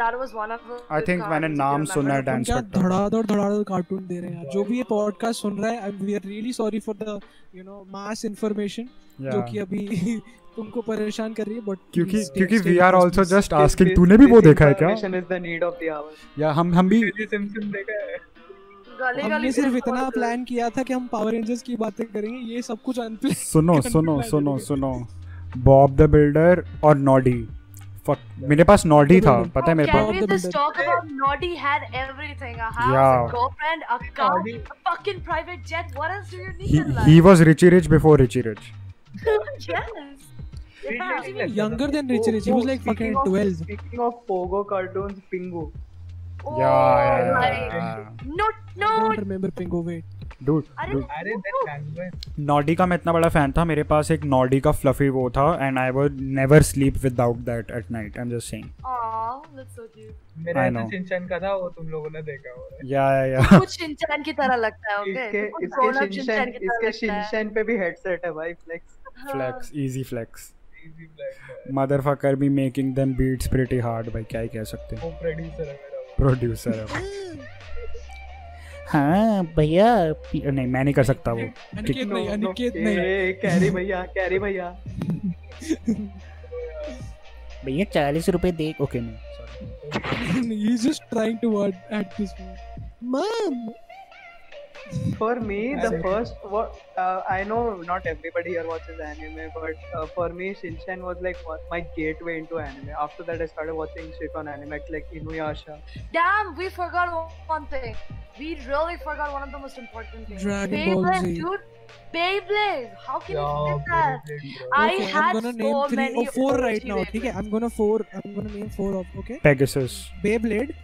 B: That was one of the.
C: I think मैंने
B: cartoons, if you
C: नाम
B: remember.
C: सुना है तो।
D: तुम
C: dance
D: क्या धड़ाधड़ धड़ाधड़ cartoon दे रहे हैं यार जो भी ये पॉडकास्ट सुन रहा है we are really sorry for the you know misinformation जो कि अभी तुमको परेशान कर रही है बट
C: क्योंकि क्योंकि we are also just asking
E: This-
C: तूने भी
E: this
C: वो देखा है क्या
E: information is the need of the hour.
C: या हम हम भी
A: Gally Chum Chum देखा है
B: Gully Gully
D: हमने सिर्फ
B: Gully
D: इतना
B: was good.
D: प्लान किया था कि हम पावर रेंजर्स की बातें करेंगे ये सब कुछ अनप्लान
C: सुनो सुनो सुनो सुनो बॉब द बिल्डर और नॉडी फक मेरे पास नॉडी था पता है मेरे
B: Oh, Can we
C: पास
D: Bob the
B: just
D: Builder.
B: talk about Naughty had everything? A house,
C: Yeah.
B: a girlfriend, a car,
A: Naughty-
B: a fucking private jet. What else do you need
C: he
B: in life?
C: he was richie rich before richie rich
B: Oh yes. Yeah.
A: Really?
D: younger than Richie Rich. He was like fucking
E: speaking of-
D: 12.
E: Speaking of Pogo cartoons, Pingu.
B: Oh
C: yeah
B: my.
C: yeah
B: No, no.
D: Don't remember Pingu wait
C: dude
B: अरे
C: dude
A: अरे that language.
C: Noddy का मैं इतना बड़ा fan था मेरे पास एक Noddy का फ्लफी वो था and I would never sleep without that at night I am just saying
B: Aw, that's so cute.
A: मेरा
C: I
A: ऐसा
C: know.
A: चिंचन का था वो तुम लोगों ने देखा होगा
C: या या
B: कुछ शिनचैन की तरह लगता है
E: इसके
B: ओके कुछ
E: इसके
B: grown up शिनचैन
E: शिनचैन
B: की तरह लगता
E: इसके
B: है
E: शिनचैन पे भी हेडसेट है भाई फ्लेक्स
B: हाँ।
C: Flex easy flex
A: Easy Black है।
C: मदरफकर भी making them beats pretty hard भाई क्या ही कह सकते हैं
A: वो प्रोड्यूसर है मेरा वो।
C: प्रोड्यूसर है हाँ भैया पी- नहीं मैं नहीं कर सकता वो
D: अनिकेत नहीं अनिकेत नहीं
E: ए कैरी भैया कैरी भैया
C: भैया चालीस रुपए दे ओके नहीं sorry.
D: He is just trying to word at this mom
E: For me, the
A: Anime.
E: first what uh, I know, not everybody here watches anime, but uh, for me, Shinchan was like what, my gateway into anime. After that, I started watching shit on anime, like Inuyasha.
B: Damn, we forgot one- one thing. We really forgot one of the most important things.
D: Dragon Ball
B: Beyblade,
D: Z.
B: dude. Beyblade. How can
A: Yeah,
B: you forget that?
A: Beyblade, bro.
B: I
D: Okay, I'm
B: had
D: gonna
B: so
D: name three
B: many
D: or four
B: OG
D: right now. ठीक है, I'm gonna four. I'm gonna name four of okay.
C: Pegasus
D: Beyblade,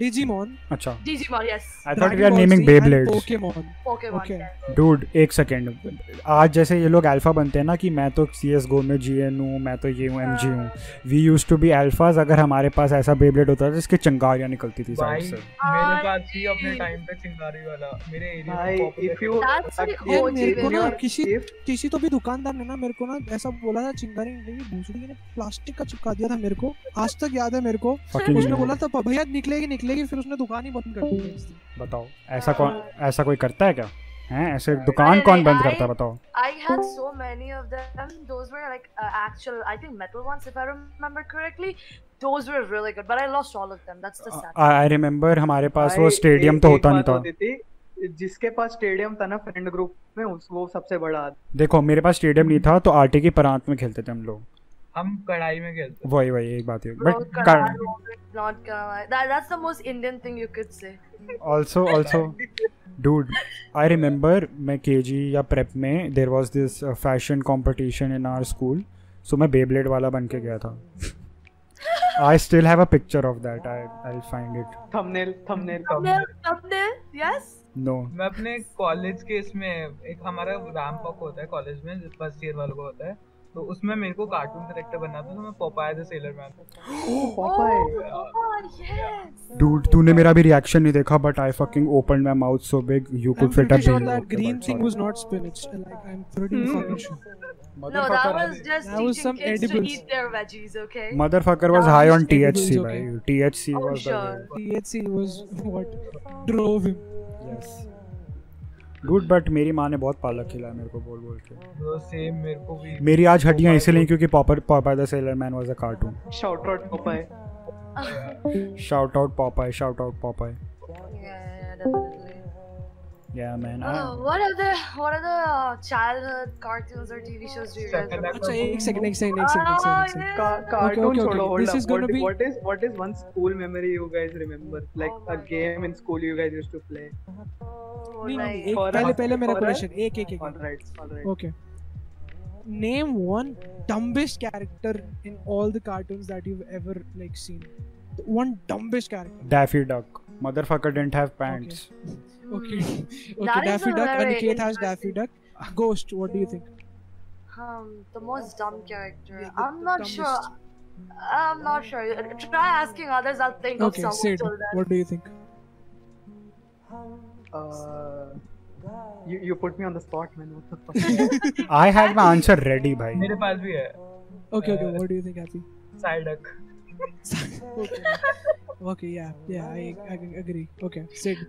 D: Digimon,
C: अच्छा
B: Digimon, yes.
C: I thought
D: Dragon
C: we are
D: Ball
C: naming
D: Z and
C: Beyblades
D: Pokemon.
B: Pokemon.
D: Okay.
B: yes.
C: Dude एक second आज जैसे ये लोग alpha बनते हैं ना कि मैं तो सी एस गो में जी एन हूँ मैं तो ये हूँ एम
B: Uh,
C: जी
B: हाँ।
C: हूँ we use to be alphas अगर हमारे पास ऐसा बेब्लेड होता था जिसकी चंगारियाँ निकलती थी साइड
A: भाई
C: से
E: हाँ,
A: मेरे पास भी अपने टाइम पे चिंगारी वाला मेरे एरिया
E: Bhai,
A: में popular
E: if you
B: That's the
E: if-
D: OG
E: if
D: way.
E: you're-
D: किसी-
E: if
D: किसी तो भी दुकानदार ने ना मेरे को ना ऐसा बोला था चिंगारी निकलेगी भूसड़ी ने प्लास्टिक का चिपका दिया था मेरे को आज तक याद है मेरे को
C: Fucking
D: उसने तो बोला था "प- भैया निकलेगी निकलेगी फिर उसने दुकान ही बंद कर दी थी।
C: बताओ ऐसा कौन ऐसा कोई करता है क्या हैं ऐसे दुकान
B: अरे
C: कौन बंद
B: भाई।
C: करता है बताओ
B: I had so many of them. Those were like uh, actual, I think metal ones, if I remember correctly. Those were really good, but I lost all of them. That's
D: Uh,
B: the sad.
C: I remember हमारे पास वो
E: भाई,
C: stadium
E: एक-
C: तो
E: एक
C: होता नहीं
E: बात
C: था
E: होती थी, जिसके पास स्टेडियम था ना फ्रेंड ग्रुप में उस वो सबसे बड़ा आदमी
C: देखो मेरे पास स्टेडियम नहीं था तो आटे की परांत में खेलते थे हम लोग
A: हम कढ़ाई में खेलते
C: वही वही एक बात है
B: Bro,
C: but
B: not gonna lie. That, that's the most Indian thing you could say.
C: Also also dude I remember मैं के या प्रेप में there was this fashion competition in our school so मैं बेब्लेड वाला बन के गया था I still have a picture of that I I find it
E: thumbnail thumbnail
A: Um,
B: Thumbnail, thumbnail, yes.
C: No
A: मैं अपने कॉलेज के इसमें एक हमारा रैम पॉक होता है कॉलेज में फर्स्ट ईयर वालों को होता है तो उसमें मेरे को कार्टून करेक्टर बनना था तो मैं Popeye the sailor man
B: Oh, God, yes.
C: Dude तूने मेरा भी रिएक्शन नहीं देखा but I fucking open my mouth so big you
D: I'm
C: could फिट a
D: pretty sure
C: bean.
D: that
C: Okay,
D: green
C: but
D: thing
C: sorry.
D: was not spinach. Like I'm pretty fucking sure.
B: No, that was just
D: That
B: teaching
D: was some
B: kids to
D: edibles.
B: eat their veggies, okay?
C: Motherfucker was
D: Now
C: high
D: it's
C: on
D: edible,
C: THC,
D: it's
C: bhai.
D: okay.
C: THC
B: Oh,
C: was
B: sure.
D: THC was what drove him.
C: the yes. Dude, but मेरी माँ ने बहुत पालक खिलाया मेरे को बोल बोल के
A: तो सेम मेरे को भी
C: मेरी आज हड्डियाँ इसीलिए क्योंकि Popeye Popeye the sailor man was a
D: Oh.
C: Cartoon
E: Shout out Popeye.
C: Shout out Popeye shout out Popeye
B: Yeah, definitely.
C: Yeah man
B: Oh, what other what other uh, childhood cartoons or TV shows do you guys
A: Second
B: remember?
D: अच्छा एक second एक second एक second एक
B: Oh,
D: second
E: Ca-
B: yeah.
E: cartoon
D: okay,
E: छोड़ो,
D: okay.
E: hold
D: This
E: up.
D: is gonna
E: What-
D: be-
E: what is what is one school memory you guys remember? Like
B: Oh
E: a
B: my
E: game in school you guys used to play.
B: Oh,
D: नहीं नहीं
B: like-
D: एक
E: For
D: पहले
E: us-
D: पहले मेरा
E: for us?
D: Question एक एक एक
E: Alright, alright.
D: okay name one dumbest character in all the cartoons that you've ever like seen one dumbest character
C: Daffy Duck motherfucker didn't have pants
D: okay okay
B: Hmm. That is
D: daffy
B: a
D: duck
B: very
D: aniket has daffy
B: interesting-
D: duck ghost what do you think
B: Um, the most dumb character.
D: Yeah, the-
B: I'm
D: the
B: not
D: dumbest.
B: sure. I'm not sure. Try asking others. I'll think
D: okay
B: of someone
D: sid
B: till then.
D: what do you think
E: Uh, you you put me on the spot, man. What the fuck?
C: I had my answer ready भाई
A: मेरे पास भी है
D: okay
B: Uh,
D: okay what do you think happy
A: साइडक
D: okay okay yeah yeah i, I agree okay sid
E: wait,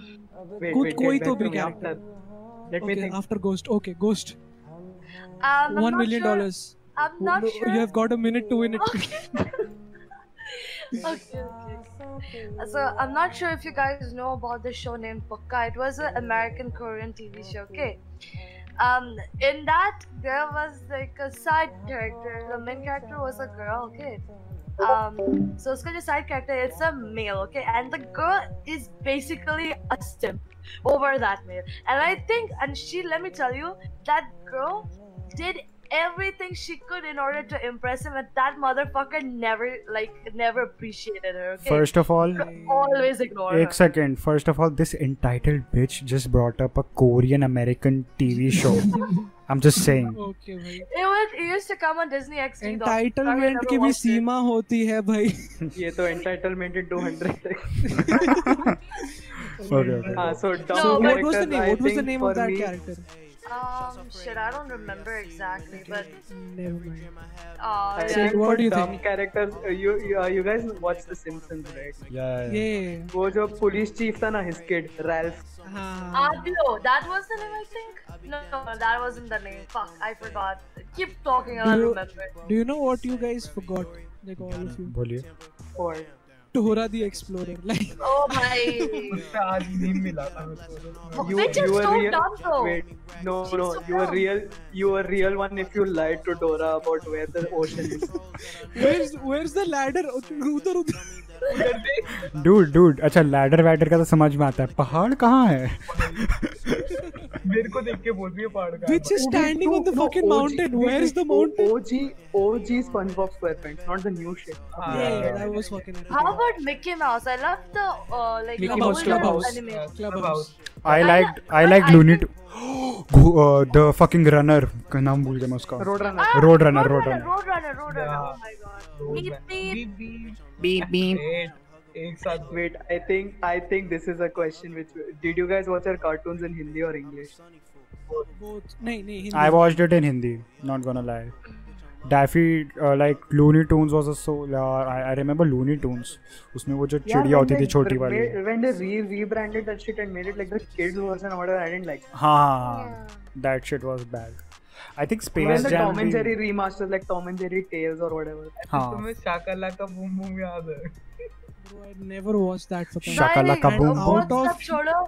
D: Kuch
E: wait,
D: koi
E: wait.
D: to
E: Back
D: bhi
E: to me
D: character.
E: after. Let me
D: okay
E: think.
D: after ghost okay ghost
B: Um, I'm not
D: one million
B: sure.
D: dollars
B: I'm
D: Oh,
B: not
D: no,
B: sure.
D: you have got a minute to win it
B: okay, okay. So I'm not sure if you guys know about the show named Pukka. It was an American Korean TV show. Okay. Um, in that there was like a side character. The main character was a girl. Okay. Um, so uska jo side character hai, it's a male. Okay, and the girl is basically a simp over that male. And I think, and she, let me tell you, that girl did everything she could in order to impress him, and that motherfucker never, like, never appreciated her. Okay,
C: first of all
B: always ignore her.
C: एक second first of all this entitled bitch just brought up a korean american tv show i'm just saying
D: okay bhai.
B: It was it used to come on Disney XD. though. Sorry, I
D: entitlement
B: never
D: की भी
B: watched it.
D: सीमा होती है भाई
E: ये तो entitlement in 200.
C: okay, okay.
E: Ah,
B: So
D: So
E: so dumb
D: what was
E: characters,
D: the name?
E: I
D: What was the
E: think
D: name
E: for
D: of that
E: me,
D: character?
B: Um, shit, I don't remember exactly, but
D: Never mind.
B: uh,
E: I
D: So
E: think
B: yeah.
D: what
E: for
D: do you
E: dumb
D: think?
E: characters, uh, you you, uh, you guys watch The Simpsons, right?
C: yeah, yeah.
D: Yeah.
E: वो जो police chief था ना, his kid Ralph.
D: हाँ.
B: Adlo, Uh, that was the name I think. No, no, that wasn't the name. Fuck, I forgot. Keep talking, I'll
D: Do you-
B: remember.
D: Do you know what you guys forgot? Like all of you.
C: बोलिए
E: Or
D: Tora the Explorer. Like
B: Oh my.
A: उससे आज नीम मिला था मेरे को
E: you,
B: Which is
E: you were
B: so
E: real.
B: dumb though.
E: Wait, no,
B: She's so
E: no, you were
B: dumb.
E: real. You were real one if you lied to Dora about where the ocean is.
D: where's where's the ladder? उधर उधर.
C: Dude dude अच्छा ladder वैडर का तो समझ में आता है पहाड़ कहाँ है
A: मेरे को देख के बोल रही है पहाड़ का
D: Which is standing on the fucking mountain. Where's the mountain?
E: OG, OG SpongeBob SquarePants, not the new shit.
C: हाँ।
D: Yeah, that was fucking.
B: How about Mickey Mouse? I love the uh, like
E: Mickey
B: the Ah,
E: Mouse
B: older
E: Clubhouse.
B: animation.
D: Clubhouse.
C: I like I like Looney the fucking runner का नाम भूल गया मैं उसका
E: Roadrunner.
B: Ah,
C: Road Runner, Road
B: Roadrunner,
C: Runner.
B: Roadrunner, Roadrunner.
A: Yeah.
B: Oh my god.
A: Road
B: Meet
A: Runner.
B: me.
A: Beep, beep.
C: Beep beep
A: Wait, एक साथ
E: Wait, I think I think this is a question which did you guys watch our cartoons in Hindi or English?
D: Both. नहीं नहीं. Hindi.
C: I watched it in hindi not gonna lie daffy uh, like looney tunes was a so यार i I remember looney tunes उसमें वो जो चिड़िया होती थी छोटी वाली हाँ
E: When they re- rebranded that shit and made it like the kids version or whatever, I didn't like. it.
C: हाँ हाँ that shit was bad. I think
E: Even
C: Space
E: the
C: Jam.
E: Tom and
C: भी-
E: Jerry remasters like Tom and Jerry Tales or whatever.
C: हाँ.
A: तुम्हें शाकाला का boom boom याद है
D: Bro, I never watched that. पता नहीं.
C: Shut- Shakalaka
B: नहीं,
C: Boom
B: वो
D: Boom.
B: सब छोड़ो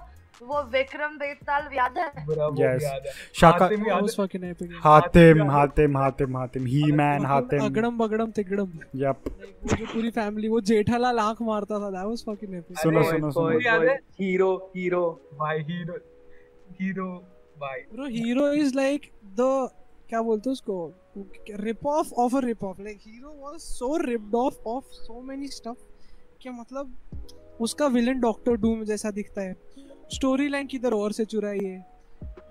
B: वो विक्रम बेताल याद है
A: बुरा वो
C: Yes.
A: याद है
C: शाका-
A: हातिम
D: That
A: याद
D: was
A: है
D: fucking epic.
C: हातिम हातिम हातिम हातिम ही मैन हातिम
D: अगड़म बगड़म तिगड़म
C: यप
D: वो जो पूरी फैमिली वो जेठालाल आंख मारता था that was fucking epic
C: सुनो
E: Boy,
C: सुनो
E: boy,
C: सुनो
A: Yeah,
E: boy.
A: they-
E: Hero, hero.
A: भाई हीरो हीरो भाई
D: bro hero is like the क्या बोलते हैं उसको rip off of a rip off like hero was so ripped off of so many stuff कि मतलब उसका villain डॉक्टर डूम जैसा दिखता है स्टोरी लाइन किधर और से चुराई है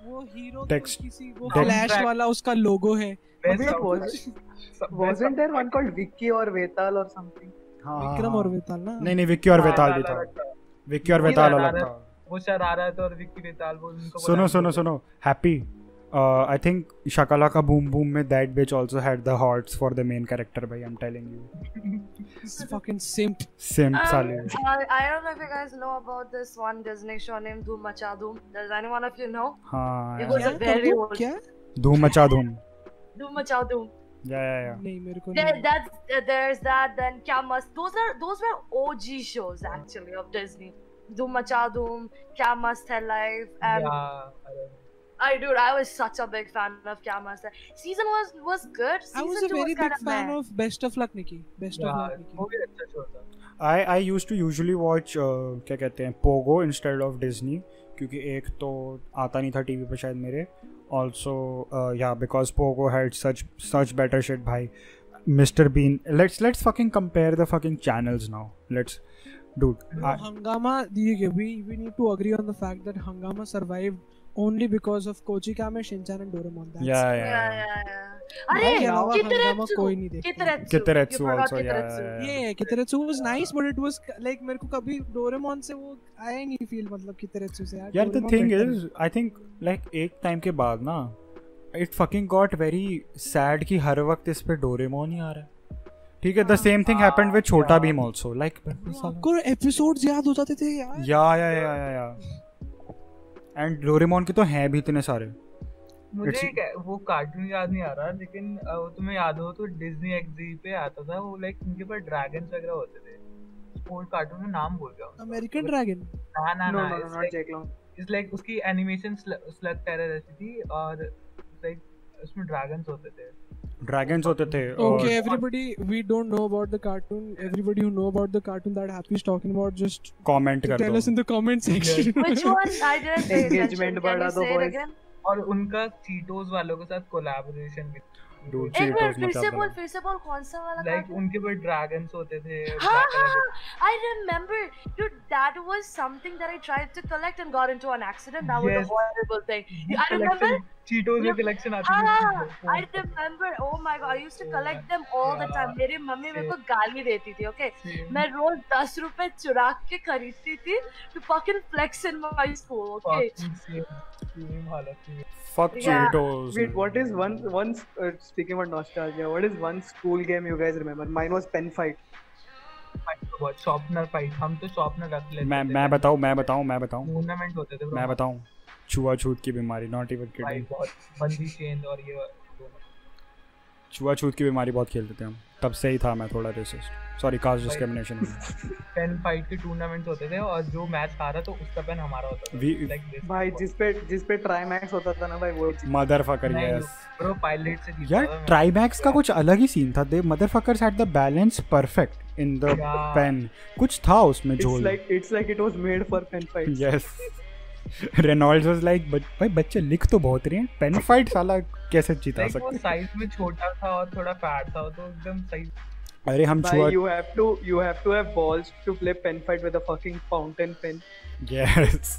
D: वो हीरो
C: Text-
D: किसी वो
C: text-
D: फ्लैश वाला उसका लोगो है
A: Best
E: Wait,
A: soundtrack.
E: was-
A: Best
E: Wasn't there one
A: soundtrack.
E: called Vicky or Vetal or something?
C: हाँ हाँ,
D: विक्रम
C: हाँ।
D: और वेताल ना
C: नहीं नहीं विक्की और
A: हाँ,
C: वेताल भी
A: अलग-
C: था
A: अलग था।
C: विक्की और
A: विक्की
C: वेताल
A: और
C: अलग
A: आरत।
C: था
A: वो शरारत तो और विक्की बेताल वो उनको
C: सुनो
A: बनाते
C: सुनो
A: थे।
C: सुनो Uh, Happy I think Shakalaka का बूम बूम में that bitch also had the hearts for the main character भाई I am telling you
D: fucking simp
C: same
B: Um,
C: साले
B: I, I don't know if you guys know about this one Disney show named Dhum Macha Dhum. Does any one of you know?
C: हाँ
B: It
C: यार,
B: was
D: क्या
B: a
D: कर
B: very
D: दूं?
B: old-
D: क्या
C: धूम मचा धूम
B: Dhum Macha Dhum.
C: या या या
D: नहीं मेरे को
B: There,
D: नहीं
B: that's, uh, there's that. Then Kya Mast. Those are those were OG shows actually of Disney. Dhum Macha Dhum, Kya Mast Hai Life, and
A: Yeah, अरे,
B: I dude, I was such a big fan of Kya Mast Hai. Season was was good. Season
D: I was
B: two
D: a very
B: was kind
D: big
B: of
D: fan
B: meh.
D: Of best of luck Nikki best of
A: yeah,
D: luck
A: वो भी
D: Nikki
A: अच्छा show था
C: I I use to usually watch uh, क्या कहते हैं Pogo instead of Disney क्योंकि एक तो आता नहीं था टीवी पर शायद मेरे uh, ऑल्सो या because Pogo had such such better shit भाई mister Bean let's let's fucking compare the fucking channels now let's dude
D: Hangama, we, we we need to agree on the fact that Hangama survived only because of Koji Kame, Shinchan, and Doraemon. That's
C: yeah
B: Yeah,
C: yeah
B: yeah, yeah.
D: उसके
B: अरे
D: अलावा हंगामा कोई
B: कितरेत्सु
D: नहीं देखता है।
B: कितरेत्सु
C: Kitaretsu
B: You forgot
C: also, yeah,
B: Kitaretsu.
C: yeah,
D: Yeah, yeah, Kitaretsu was nice, but it was like मेरे को कभी डोरेमोन से वो आया ही नहीं फील मतलब कितरेत्सु से यार
C: यार द
D: डोरेमोन
C: थिंग
D: better है।
C: इज आई थिंक लाइक एक टाइम के बाद ना it fucking got very sad कि हर वक्त इस पे डोरेमोन ही आ रहा है ठीक है the same thing happened with Chhota
D: हाँ,
C: भीम आल्सो लाइक
D: आपको एपिसोड्स याद हो जाते थे यार
C: या या या या या एंड डोरेमोन के तो हैं भी इतने सारे
A: मुझे
C: It's-
A: एक वो कार्टून याद नहीं आ रहा लेकिन अ, वो तुम्हें याद हो तो डिज्नी एक्सजी पे आता था वो लाइक उनके पास ड्रैगन वगैरह होते थे वो कार्टून में नाम भूल गया हूँ।
D: अमेरिकन ड्रैगन
A: ना ना
E: No,
A: ना
E: no, no, not Jack Long.
A: It's like उसकी एनिमेशन स्लग टेरर ऐसी थी और लाइक उसमें ड्रैगन्स होते थे
C: ड्रैगन्स होते थे
D: Okay,
C: और
D: everybody, we don't know about the cartoon. Everybody who know about the cartoon that Happy is talking about, just
C: comment कर
D: tell us in
C: दो
D: the comment section.
B: Which one? I didn't pay attention. Can
E: Engagement बढ़ा
B: you
E: दो,
B: say it
E: boys.
B: again?
A: और उनका Cheetos वालों के साथ collaboration भी
C: Dude,
B: एक
C: Cheetos
B: बार फिर
C: मचा
B: से
C: दो।
B: बोल फिर से बोल कौन सा वाला
A: लाइक
B: कार्टून?
A: उनके पास ड्रैगन्स होते थे
B: हाँ
A: black
B: हाँ
A: color
B: हाँ I remember dude that was something that I tried to collect and got into an accident that was a
A: Yes.
B: horrible thing
A: के-
B: I remember
A: चीटोज में
B: Yeah.
A: कलेक्शन आती थी
B: हाँ
A: Cheetos,
B: I remember oh my god I used to collect them all the time मेरी mummy मेरे को
A: Yeah.
B: गाली देती थी okay
A: Cheetos,
B: मैं रोज दस रुपए चुरा के खरीदती थी to fucking flex in my school okay
A: fucking same- same हालत थी
C: fuck
B: Yeah.
C: Cheetos
E: Wait, what is one one uh, speaking about nostalgia? What is one school game you guys remember? Mine was pen fight.
A: Fight तो बहुत sharpener fight हम तो sharpener रख लेते
C: मैं
A: थे
C: मैं बताऊं मैं बताऊं मैं बताऊं
A: टूर्नामेंट होते थे
C: मैं बताऊं छुआछूत की बीमारी नॉट इवन
A: भाई
C: किडिंग
A: बहुत बंदी चेन और ये
C: छुआछूत की बीमारी बहुत खेलते थे हम तब से ही था मैं थोड़ा racist sorry caste discrimination
A: pen fight के टूर्नामेंट होते थे और जो मैच हारा तो उसका पेन हमारा होता था
C: We-
A: Like this.
E: भाई जिस पे जिस पे trimax होता था ना भाई वो
C: मदर फकर
A: नहीं,
C: यस
A: bro, pilot से जीता
C: यार
A: था मैं।
C: ट्राइबैक्स का कुछ अलग ही सीन था they motherfuckers had the balance perfect in the
A: Yeah.
C: Pen कुछ था उसमें
E: it's
C: झोल
E: like it's like it was made for pen fight.
C: Yes Reynolds was like भाई बच्चे लिख तो बहुत रहे हैं पेन फाइट साला कैसे जिता
A: Like, वो
C: सकते
A: साइज में छोटा था और थोड़ा फैट था तो एकदम सही
C: हैं? अरे हम छुआ
E: Bhai, you have to you have to have balls to play pen fight with a fucking fountain pen.
C: Yes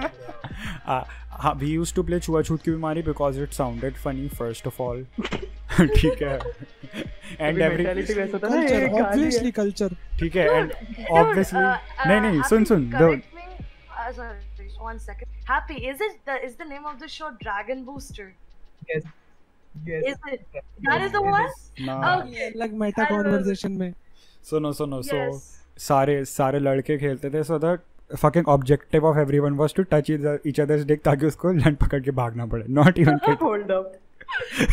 C: हाँ वी यूज टू प्ले छुआ छूत की बीमारी because it sounded funny first of all ठीक है एंड
E: अभी
C: every
E: mentality वैसा था ना ये
D: culture,
E: गाली है।
D: obviously culture.
C: ठीक है and
B: Dude,
C: obviously
B: dude, uh,
C: नहीं
B: uh,
C: नहीं
B: Happy,
C: सुन सुन दो
B: correct me. Uh, sorry, one second. Happy, is it the is the name of the show Dragon Booster?
A: yes yes
B: Is it that is the one? Oh.
C: ना
B: Okay.
D: अलग meta
B: I remember.
D: Conversation में
C: सुनो सुनो so
B: Yes.
C: सारे सारे लड़के खेलते थे so that fucking objective of everyone was to touch each others dick ताकि उसको लंड पकड़ के भागना पड़े not even kid
E: Hold up.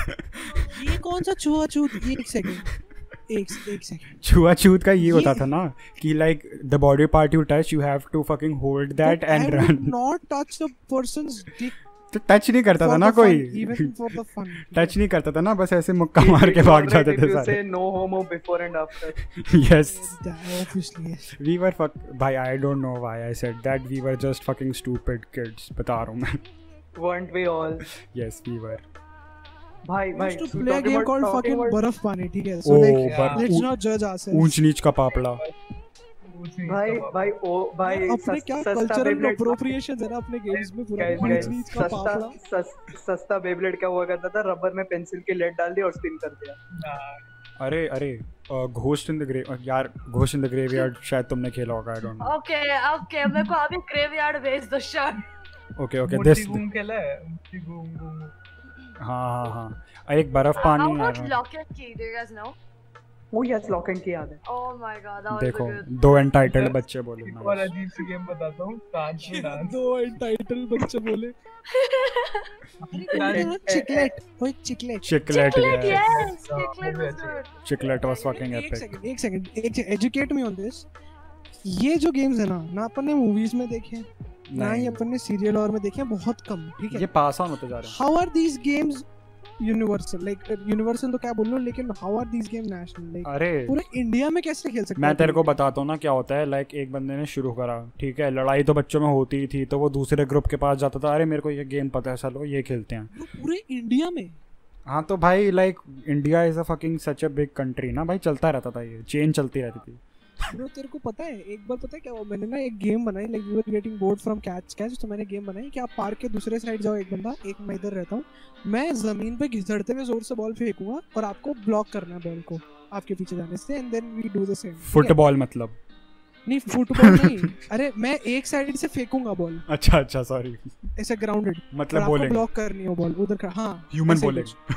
D: ये कौन सा छुआछूत एक सेकंड एक एक सेकंड
C: छुआछूत का ये होता था ना कि like the body part you touch you have to fucking hold that and run
D: not touch the persons dick
C: तो टच नहीं करता था ना कोई
D: even for the fun
C: touch नहीं करता था ना बस ऐसे मुक्का मार के
E: It was
C: भाग
E: right
C: जाते
E: if
C: थे
E: you
C: सारे
E: say no homo before and after.
C: Yes
D: obviously
C: we were fuck भाई i don't know why i said that we were just fucking stupid kids बता रहा हूँ मैं
E: Weren't we all?
C: yes we were
E: Bhai, bhai.
D: used to
E: so
D: play a
E: talking
D: game
E: about-
D: called
E: talking
D: fucking
E: about-
D: बर्फ पानी ठीक है
C: oh
D: so like
A: yeah.
C: but
D: let's
C: ऊ-
D: not judge ourselves
C: ऊंच नीच का पापड़ा
A: कुछ नहीं
E: भाई
A: इसका
E: भाई ओ भाई
D: अपने क्या कल्चरल अप्रोप्रिएशन है ना अपने गेम्स में पूरा
E: Guys,
D: नीच
E: guys,
D: नीच का
E: सस्ता
D: पापड़ा
E: सस- सस्ता बेबलेट क्या हुआ करता था रबर में पेंसिल की लेड डाल दी और स्पिन कर दिया
C: अरे अरे घोस्ट इन द ग्रेव यार घोस्ट इन द ग्रेवयार्ड शायद तुमने खेला होगा आई डोंट
B: Okay, okay, मेरे को अभी graveyard भेज दो sure.
C: नो ओके ओके
A: मोटी
C: दिस
A: घूम खेला है मोटी घूम घूम
C: हाँ हाँ हाँ एक बर्फ
B: How
C: पानी
B: about
C: आ-
B: Locket Key? Do you guys know?
E: वो यस लॉक एंड की याद है
B: Oh my god, that was a
C: देखो
B: good.
C: दो एंटाइटल्ड बच्चे बोले
A: एक और
C: nice.
A: अजीब सी गेम बताता हूँ डांस टू डांस
D: दो एंटाइटल बच्चे बोले
A: अरे,
D: चिकलेट ओए Chiclet
C: Chiclet
B: Chiclet,
C: yes.
B: yes,
A: Yeah,
B: Chiclet
A: वो भी
B: was
A: अच्छी है।
B: good.
C: चिकलेट वाज फकिंग
D: एक
C: एपिक
D: सेकंड एक सेकंड एक एजुकेट मी ऑन दिस ये जो गेम्स है ना ना अपन ने मूवीज में देखे हैं, ना ही हाँ, अपन ने सीरियल और में देखे हैं, बहुत कम ठीक
C: ये
D: है
C: पास ऑन होते जा रहे हैं
D: how are these games universal like universal तो क्या बोल रहा हूं लेकिन how are these game national like
C: अरे
D: पूरे इंडिया में कैसे खेल सकते
C: हाँ। मैं
D: हैं
C: तेरे को बताता हूँ ना क्या होता है लाइक एक बंदे ने शुरू करा ठीक है लड़ाई तो बच्चों में होती ही थी तो वो दूसरे ग्रुप के पास जाता था अरे मेरे को ये गेम पता है चलो ये खेलते हैं
D: वो पूरे इंडिया में
C: हाँ तो भाई like India is a fucking such a big country ना भाई चलता रहता था ये चेन चलती रहती थी
D: ब्रो तेरे को पता है एक बार पता है क्या हुआ मैंने ना एक गेम बनाई like we were getting bored from catch catch तो मैंने गेम बनाई कि आप पार्क के दूसरे साइड जाओ एक बंदा एक मैं इधर रहता हूँ मैं जमीन पे घिसड़ते हुए जोर से बॉल फेंकूंगा और आपको ब्लॉक करना है बॉल को आपके पीछे जाने से and then we do the same
C: football मतलब
D: नहीं फुटबॉल नहीं अरे मैं एक साइड से फेंकूंगा बॉल
C: अच्छा अच्छा सॉरी
D: ऐसे ग्राउंडेड और
C: मतलब
D: आपको
C: बोलेंगे
D: ब्लॉक करनी हो बॉल उधर का हाँ
C: ह्यूमन बोलेंगे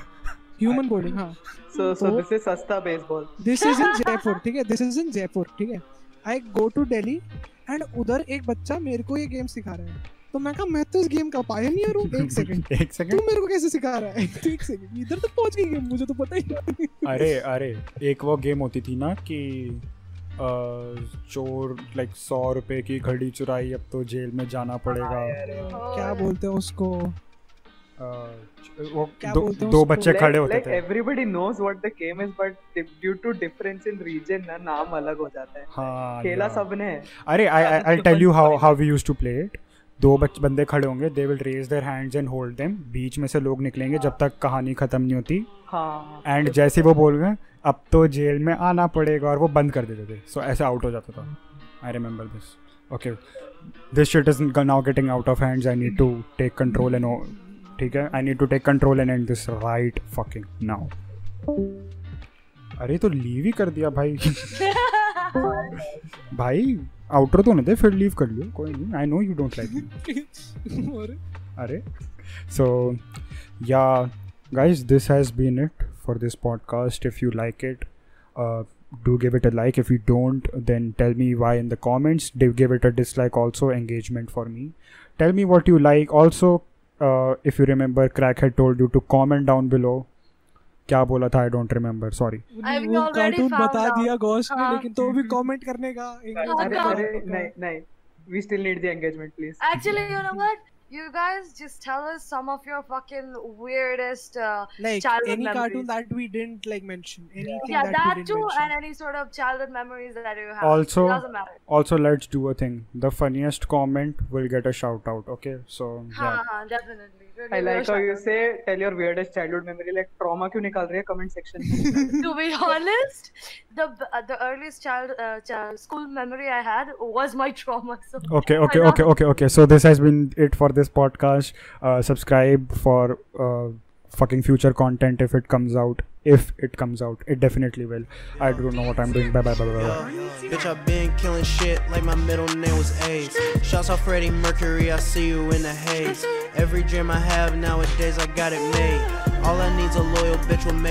D: ह्यूमन बॉलिंग हाँ
E: सो सो
D: तो-
E: दिस इज सस्ता baseball
D: this is in Jaipur ठीक है दिस इज इन जयपुर ठीक है I go to Delhi and उधर एक बच्चा मेरे को ये गेम सिखा रहा है तो मैं कहा मैं तो इस गेम का पायनियर हूँ एक सेकंड
C: एक
D: तू
C: सेकंड
D: मेरे को कैसे सिखा रहा है तो एक सेकंड इधर तक पहुंच गई गेम मुझे तो पता ही नहीं
C: अरे अरे एक वो गेम होती थी ना कि अ, चोर लाइक सौ रुपए की घड़ी चुराई अब तो जेल में जाना
A: हाँ,
D: हाँ,
C: पड़ेगा
B: Oh,
D: क्या बोलते हैं उसको
C: अ, वो
D: क्या
C: दो,
D: बोलते हैं
C: दो
D: उसको?
C: बच्चे खड़े होते
E: like
C: थे
E: everybody knows what the game is but due to difference in region ना नाम अलग हो जाता है
C: हाँ
E: खेला
C: यार।
E: सबने है
C: अरे I
A: Yeah,
C: I
A: that's
C: tell
A: the
C: you
A: fun
C: how
A: part.
C: How we use to play it दो बच बंदे खड़े होंगे they will raise their hands and hold them बीच में से लोग निकलेंगे जब तक कहानी खत्म नहीं होती
E: हाँ
C: एंड जैसे ही वो बोल गए अब तो जेल में आना पड़ेगा और वो बंद कर देते थे सो ऐसे आउट हो जाता था I remember this okay this shit is now getting out of hands I need to take control and ठीक है I need to take control and and this right fucking now अरे तो लीव ही कर दिया भाई भाई आउटर तो नहीं थे फिर लीव कर लियो कोई नहीं I know you don't like me
D: और
C: अरे so yeah guys this has been it for this podcast if you like it uh, do give it a like if you don't then tell me why in the comments do give it a dislike also engagement for me tell me what you like also uh, if you remember crackhead told you to comment down below क्या बोla था i don't remember sorry
B: I've
D: वो
B: already
D: cartoon
B: found
D: बता
B: out.
D: दिया ghost ने
B: हाँ।
D: लेकिन तो भी कमेंट करने का
A: अरे,
E: अरे
B: God.
E: अरे नहीं नहीं we still need the engagement please
B: Actually, you know what? You guys just tell us some of your fucking weirdest. Uh,
D: like
B: childhood
D: any cartoon
B: memories.
D: that we didn't like mention anything
B: yeah,
D: that, we
B: that
D: didn't
B: too,
D: mention.
B: and any sort of childhood memories that you have.
C: Also-
B: doesn't matter.
C: also let's do a thing the funniest comment will get a shout out okay so yeah
B: Ha, ha, definitely. Really,
E: I
B: no
E: like how you
B: shock.
E: say tell your weirdest childhood memory like trauma क्यों निकाल रही है comment section में
B: to be honest, the b- uh, the earliest child uh, child school memory I had was my trauma. So
C: okay
B: why
C: okay
B: not?
C: okay okay okay so this has been it for this podcast uh, subscribe for uh, fucking future content if it comes out if it comes out it definitely will i don't know what i'm doing bye bye bye bye, bye.
F: Yeah. Bitch, I've been killing shit like my middle name was AIDS. Shouts out Freddie Mercury, I see you in the haze. Every dream I have nowadays, I got it made. All I need's a loyal bitch will make.